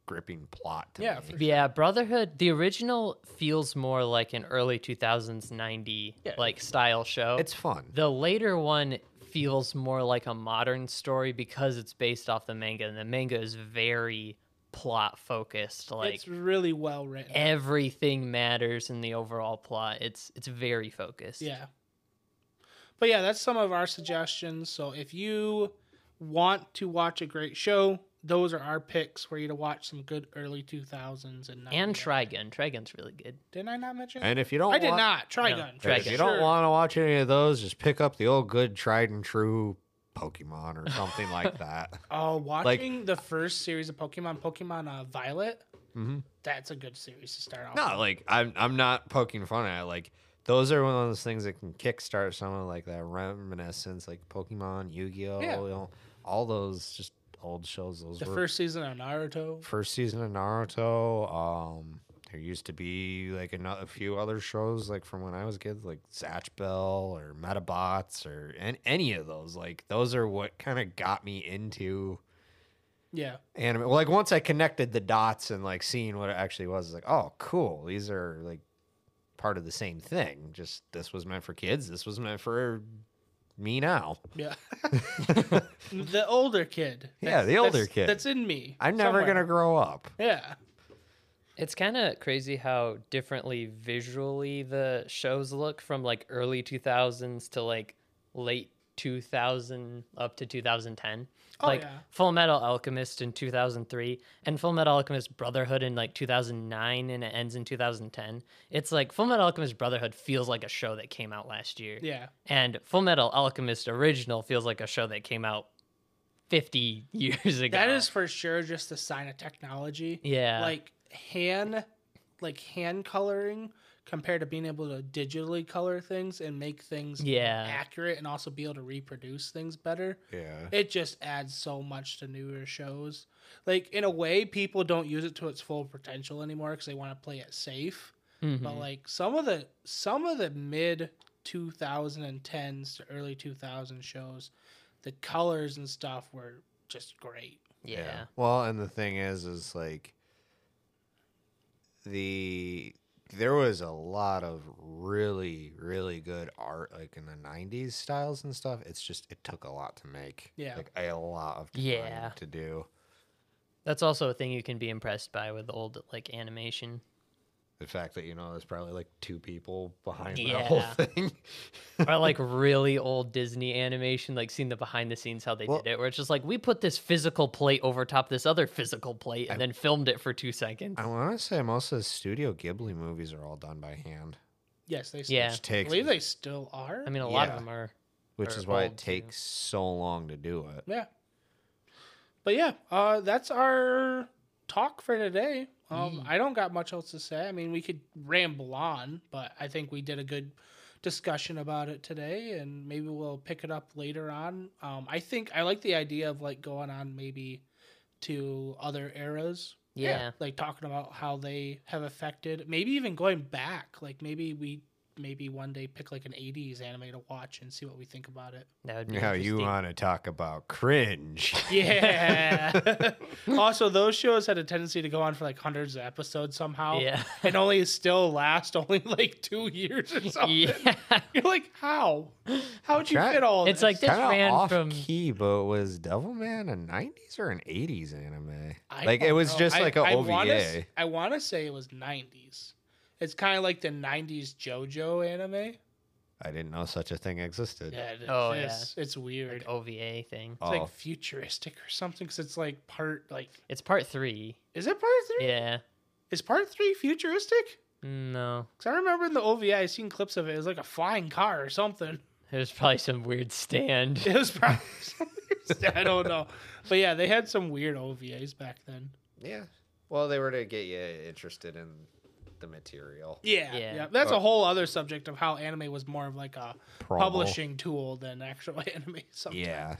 Speaker 3: gripping plot to
Speaker 1: Yeah,
Speaker 3: me.
Speaker 1: for
Speaker 2: Yeah, Brotherhood. The original feels more like an early 2000s 90
Speaker 1: Yeah.
Speaker 2: like style show.
Speaker 3: It's fun.
Speaker 2: the later one feels more like a modern story because it's based off the manga, and the manga is very plot focused. Like
Speaker 1: it's really well written.
Speaker 2: everything matters in the overall plot. It's it's very focused.
Speaker 1: yeah. But yeah, that's some of our suggestions. So if you want to watch a great show, those are our picks for you to watch some good early 2000s and 90s.
Speaker 2: And Trigun. Trigun's really good.
Speaker 1: Didn't I not mention?
Speaker 3: And if you don't
Speaker 1: I did
Speaker 3: wa-
Speaker 1: not. Trigun.
Speaker 2: No,
Speaker 3: Hey,
Speaker 1: for
Speaker 2: Trigun.
Speaker 3: If you don't
Speaker 1: sure.
Speaker 3: want to watch any of those, just pick up the old good tried and true Pokemon or something like that.
Speaker 1: Oh, watching the first series of Pokemon, Pokemon uh, Violet,
Speaker 3: Mhm.
Speaker 1: that's a good series to start off.
Speaker 3: No, like I'm I'm not poking fun at it. Like those are one of those things that can kickstart someone like that reminiscence, like Pokemon, Yu-Gi-Oh,
Speaker 1: Yeah.
Speaker 3: you know, all those just old shows.
Speaker 1: with.
Speaker 3: Those
Speaker 1: The
Speaker 3: were
Speaker 1: first season of Naruto.
Speaker 3: first season of Naruto. Um, There used to be like a, no- a few other shows like from when I was a kid, like Zatch Bell or Metabots or an any of those. Like those are what kind of got me into
Speaker 1: Yeah.
Speaker 3: anime. Well, like once I connected the dots and like seeing what it actually was, like oh cool, these are like part of the same thing. Just this was meant for kids. This was meant for me now.
Speaker 1: Yeah. the older kid.
Speaker 3: Yeah, the
Speaker 1: That's-
Speaker 3: older
Speaker 1: that's-
Speaker 3: kid.
Speaker 1: That's in me.
Speaker 3: I'm never
Speaker 1: somewhere.
Speaker 3: gonna grow up.
Speaker 1: Yeah.
Speaker 2: It's kind of crazy how differently visually the shows look from like early 2000s to like late 2000 up to 2010.
Speaker 1: Oh,
Speaker 2: like
Speaker 1: yeah.
Speaker 2: Full Metal Alchemist in 2003 and Full Metal Alchemist Brotherhood in like 2009 and it ends in 2010. It's like Full Metal Alchemist Brotherhood feels like a show that came out last year.
Speaker 1: Yeah.
Speaker 2: And Full Metal Alchemist Original feels like a show that came out 50 years ago.
Speaker 1: That is for sure just a sign of technology.
Speaker 2: uh, Yeah.
Speaker 1: Like hand like hand coloring compared to being able to digitally color things and make things
Speaker 2: Yeah.
Speaker 1: accurate and also be able to reproduce things better.
Speaker 3: Yeah.
Speaker 1: It just adds so much to newer shows. Like in a way people don't use it to its full potential anymore cuz they want to play it safe.
Speaker 2: Mhm.
Speaker 1: But like some of the some of the mid 2010s to early 2000 shows, the colors and stuff were just great.
Speaker 2: yeah.
Speaker 3: Well, and the thing is, is like the there was a lot of really, really good art like in the '90s styles and stuff. It's just it took a lot to make.
Speaker 1: Yeah.
Speaker 3: like a lot of time
Speaker 2: Yeah.
Speaker 3: to do.
Speaker 2: That's also a thing you can be impressed by with old like animation.
Speaker 3: The fact that you know there's probably like two people behind the whole
Speaker 2: Yeah.
Speaker 3: thing.
Speaker 2: or like really old Disney animation, like seeing the behind the scenes how they
Speaker 3: Well-
Speaker 2: did it, where it's just like we put this physical plate over top this other physical plate and then filmed it for two seconds.
Speaker 3: I want to say most of the Studio Ghibli movies are all done by hand,
Speaker 1: Yes, they.
Speaker 2: Yeah.
Speaker 3: which
Speaker 1: I
Speaker 3: takes
Speaker 1: believe they still are.
Speaker 2: I mean, a lot
Speaker 3: yeah.
Speaker 2: of them are.
Speaker 3: which
Speaker 2: are
Speaker 3: is why
Speaker 2: old,
Speaker 3: it
Speaker 2: too.
Speaker 3: takes so long to do it.
Speaker 1: yeah. But yeah, uh, that's our talk for today. Um, I don't got much else to say. I mean, we could ramble on, but I think we did a good discussion about it today, and maybe we'll pick it up later on. Um, I think I like the idea of like going on maybe to other eras.
Speaker 2: Yeah.
Speaker 1: like talking about how they have affected. Maybe even going back. Like maybe we maybe one day pick like an '80s anime to watch and see what we think about it.
Speaker 2: That would be
Speaker 3: Now you uh,
Speaker 2: interesting.
Speaker 3: want to talk about cringe?
Speaker 1: Yeah. also, those shows had a tendency to go on for like hundreds of episodes somehow.
Speaker 2: Yeah.
Speaker 1: And only still last only like two years or something.
Speaker 2: Yeah.
Speaker 1: You're like, how? How'd you
Speaker 3: Try-
Speaker 1: fit all
Speaker 2: It's
Speaker 1: this?
Speaker 2: like this
Speaker 3: Kinda
Speaker 2: ran
Speaker 3: off
Speaker 2: from-
Speaker 3: key, but was Devilman a '90s or an '80s anime?
Speaker 1: I
Speaker 3: like it
Speaker 1: don't
Speaker 3: was
Speaker 1: know.
Speaker 3: just
Speaker 1: I-
Speaker 3: like a
Speaker 1: I
Speaker 3: OVA.
Speaker 1: wanna s- I want to say it was 90s. It's kind of like the 90s JoJo anime.
Speaker 3: I didn't know such a thing existed.
Speaker 1: Yeah, it
Speaker 2: Oh, yeah.
Speaker 1: exists. It's weird.
Speaker 2: Like OVA thing.
Speaker 1: it's
Speaker 3: Oh.
Speaker 1: like futuristic or something because it's like part, like,
Speaker 2: It's part three.
Speaker 1: is it part three?
Speaker 2: Yeah. Mm,
Speaker 1: Is part three futuristic?
Speaker 2: No.
Speaker 1: Because I remember in the OVA, I seen clips of it. It was like a flying car or something.
Speaker 2: There's probably some weird stand.
Speaker 1: It was probably something. I don't know. But yeah, they had some weird OVAs back then.
Speaker 3: yeah. Well, they were to get you interested in the material.
Speaker 1: Yeah.
Speaker 2: Yeah.
Speaker 1: Yeah. That's a
Speaker 3: But-
Speaker 1: whole other subject of how anime was more of like a
Speaker 3: Promo.
Speaker 1: publishing tool than actual anime sometimes.
Speaker 3: Yeah.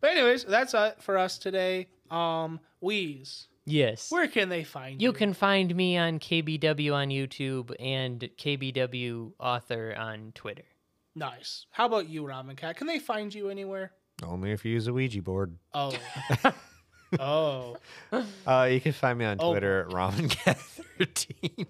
Speaker 1: But anyways, that's it for us today. Um Wheeze,
Speaker 2: yes.
Speaker 1: where can they find you?
Speaker 2: You can find me on KBW on YouTube and KBW author on Twitter.
Speaker 1: Nice. How about you, Ramen Cat? Can they find you anywhere?
Speaker 3: Only if you use a Ouija board.
Speaker 1: Oh. oh.
Speaker 3: Uh, you can find me on
Speaker 1: Oh.
Speaker 3: Twitter at RamenCat13.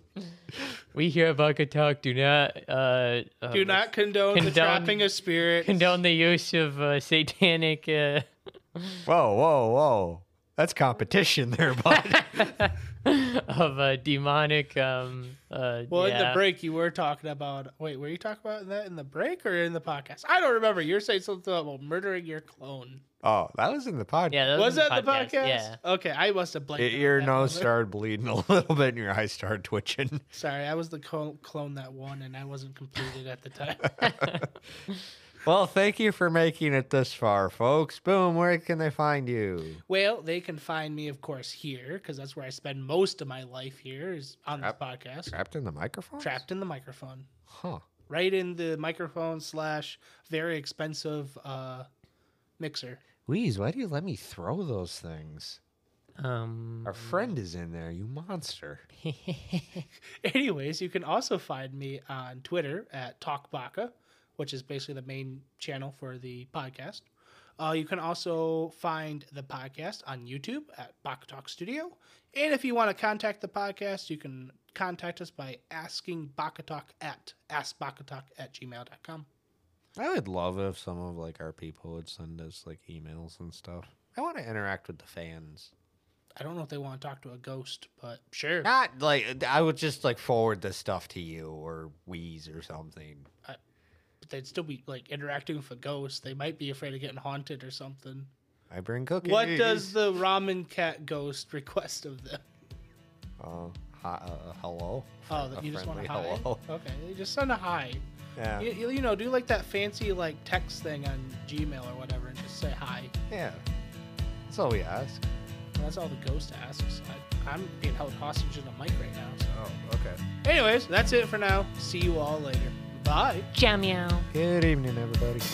Speaker 2: We here at Baka Talk do not uh, uh,
Speaker 1: Do not condone, the
Speaker 2: Condone-
Speaker 1: trapping of spirits.
Speaker 2: condone the use of uh, satanic. Uh...
Speaker 3: whoa, whoa, whoa! That's competition there, bud.
Speaker 2: of a demonic um uh
Speaker 1: Well, in
Speaker 2: yeah.
Speaker 1: the break, you were talking about. Wait, were you talking about that in the break or in the podcast? I don't remember. You were saying something about murdering your clone.
Speaker 3: oh, that was in the pod.
Speaker 2: yeah that
Speaker 1: Was
Speaker 2: in
Speaker 1: that the podcast?
Speaker 2: yeah
Speaker 1: Okay, I must have
Speaker 3: Your
Speaker 1: blanked. out
Speaker 3: ear
Speaker 1: that
Speaker 3: nose
Speaker 1: one.
Speaker 3: started bleeding a little bit, and your eyes started twitching.
Speaker 1: Sorry, I was the clone, clone that won, and I wasn't completed at the time.
Speaker 3: Well, thank you for making it this far, folks. Boom, where can they find you?
Speaker 1: well, they can find me, of course, here because that's where I spend most of my life. Here is on this
Speaker 3: Trap-
Speaker 1: podcast,
Speaker 3: Trapped in the microphone?
Speaker 1: trapped in the microphone,
Speaker 3: Huh.
Speaker 1: right in the microphone slash very expensive uh, mixer.
Speaker 3: Wheeze, why do you let me throw those things?
Speaker 2: Um,
Speaker 3: Our
Speaker 1: Mm.
Speaker 3: friend is in there, you monster.
Speaker 1: Anyways, you can also find me on Twitter at TalkBaka, which is basically the main channel for the podcast. Uh, you can also find the podcast on YouTube at Baka Talk Studio. And if you want to contact the podcast, you can contact us by asking Bakatalk at askbakatalk at gmail.com.
Speaker 3: I would love if some of like our people would send us like emails and stuff. I want to interact with the fans.
Speaker 1: I don't know if they want to talk to a ghost, but sure.
Speaker 3: Not like I would just like forward the stuff to you or Wheeze or something.
Speaker 1: But they'd still be like interacting with a ghost. They might be afraid of getting haunted or something.
Speaker 3: I bring cookies.
Speaker 1: What does the ramen cat ghost request of them?
Speaker 3: Oh, hi, uh, hello.
Speaker 1: Oh,
Speaker 3: A
Speaker 1: you just want a
Speaker 3: friendly
Speaker 1: high? Okay, you just send a high.
Speaker 3: Yeah.
Speaker 1: You, you- you know, do like that fancy like text thing on Gmail or whatever, and just say hi.
Speaker 3: Yeah. That's all we ask.
Speaker 1: And that's all the ghost asks. I, I'm being held hostage in a mic right now. So.
Speaker 3: Oh, okay.
Speaker 1: Anyways, that's it for now. See you all later. Bye.
Speaker 2: Jam meow.
Speaker 3: Good evening, everybody.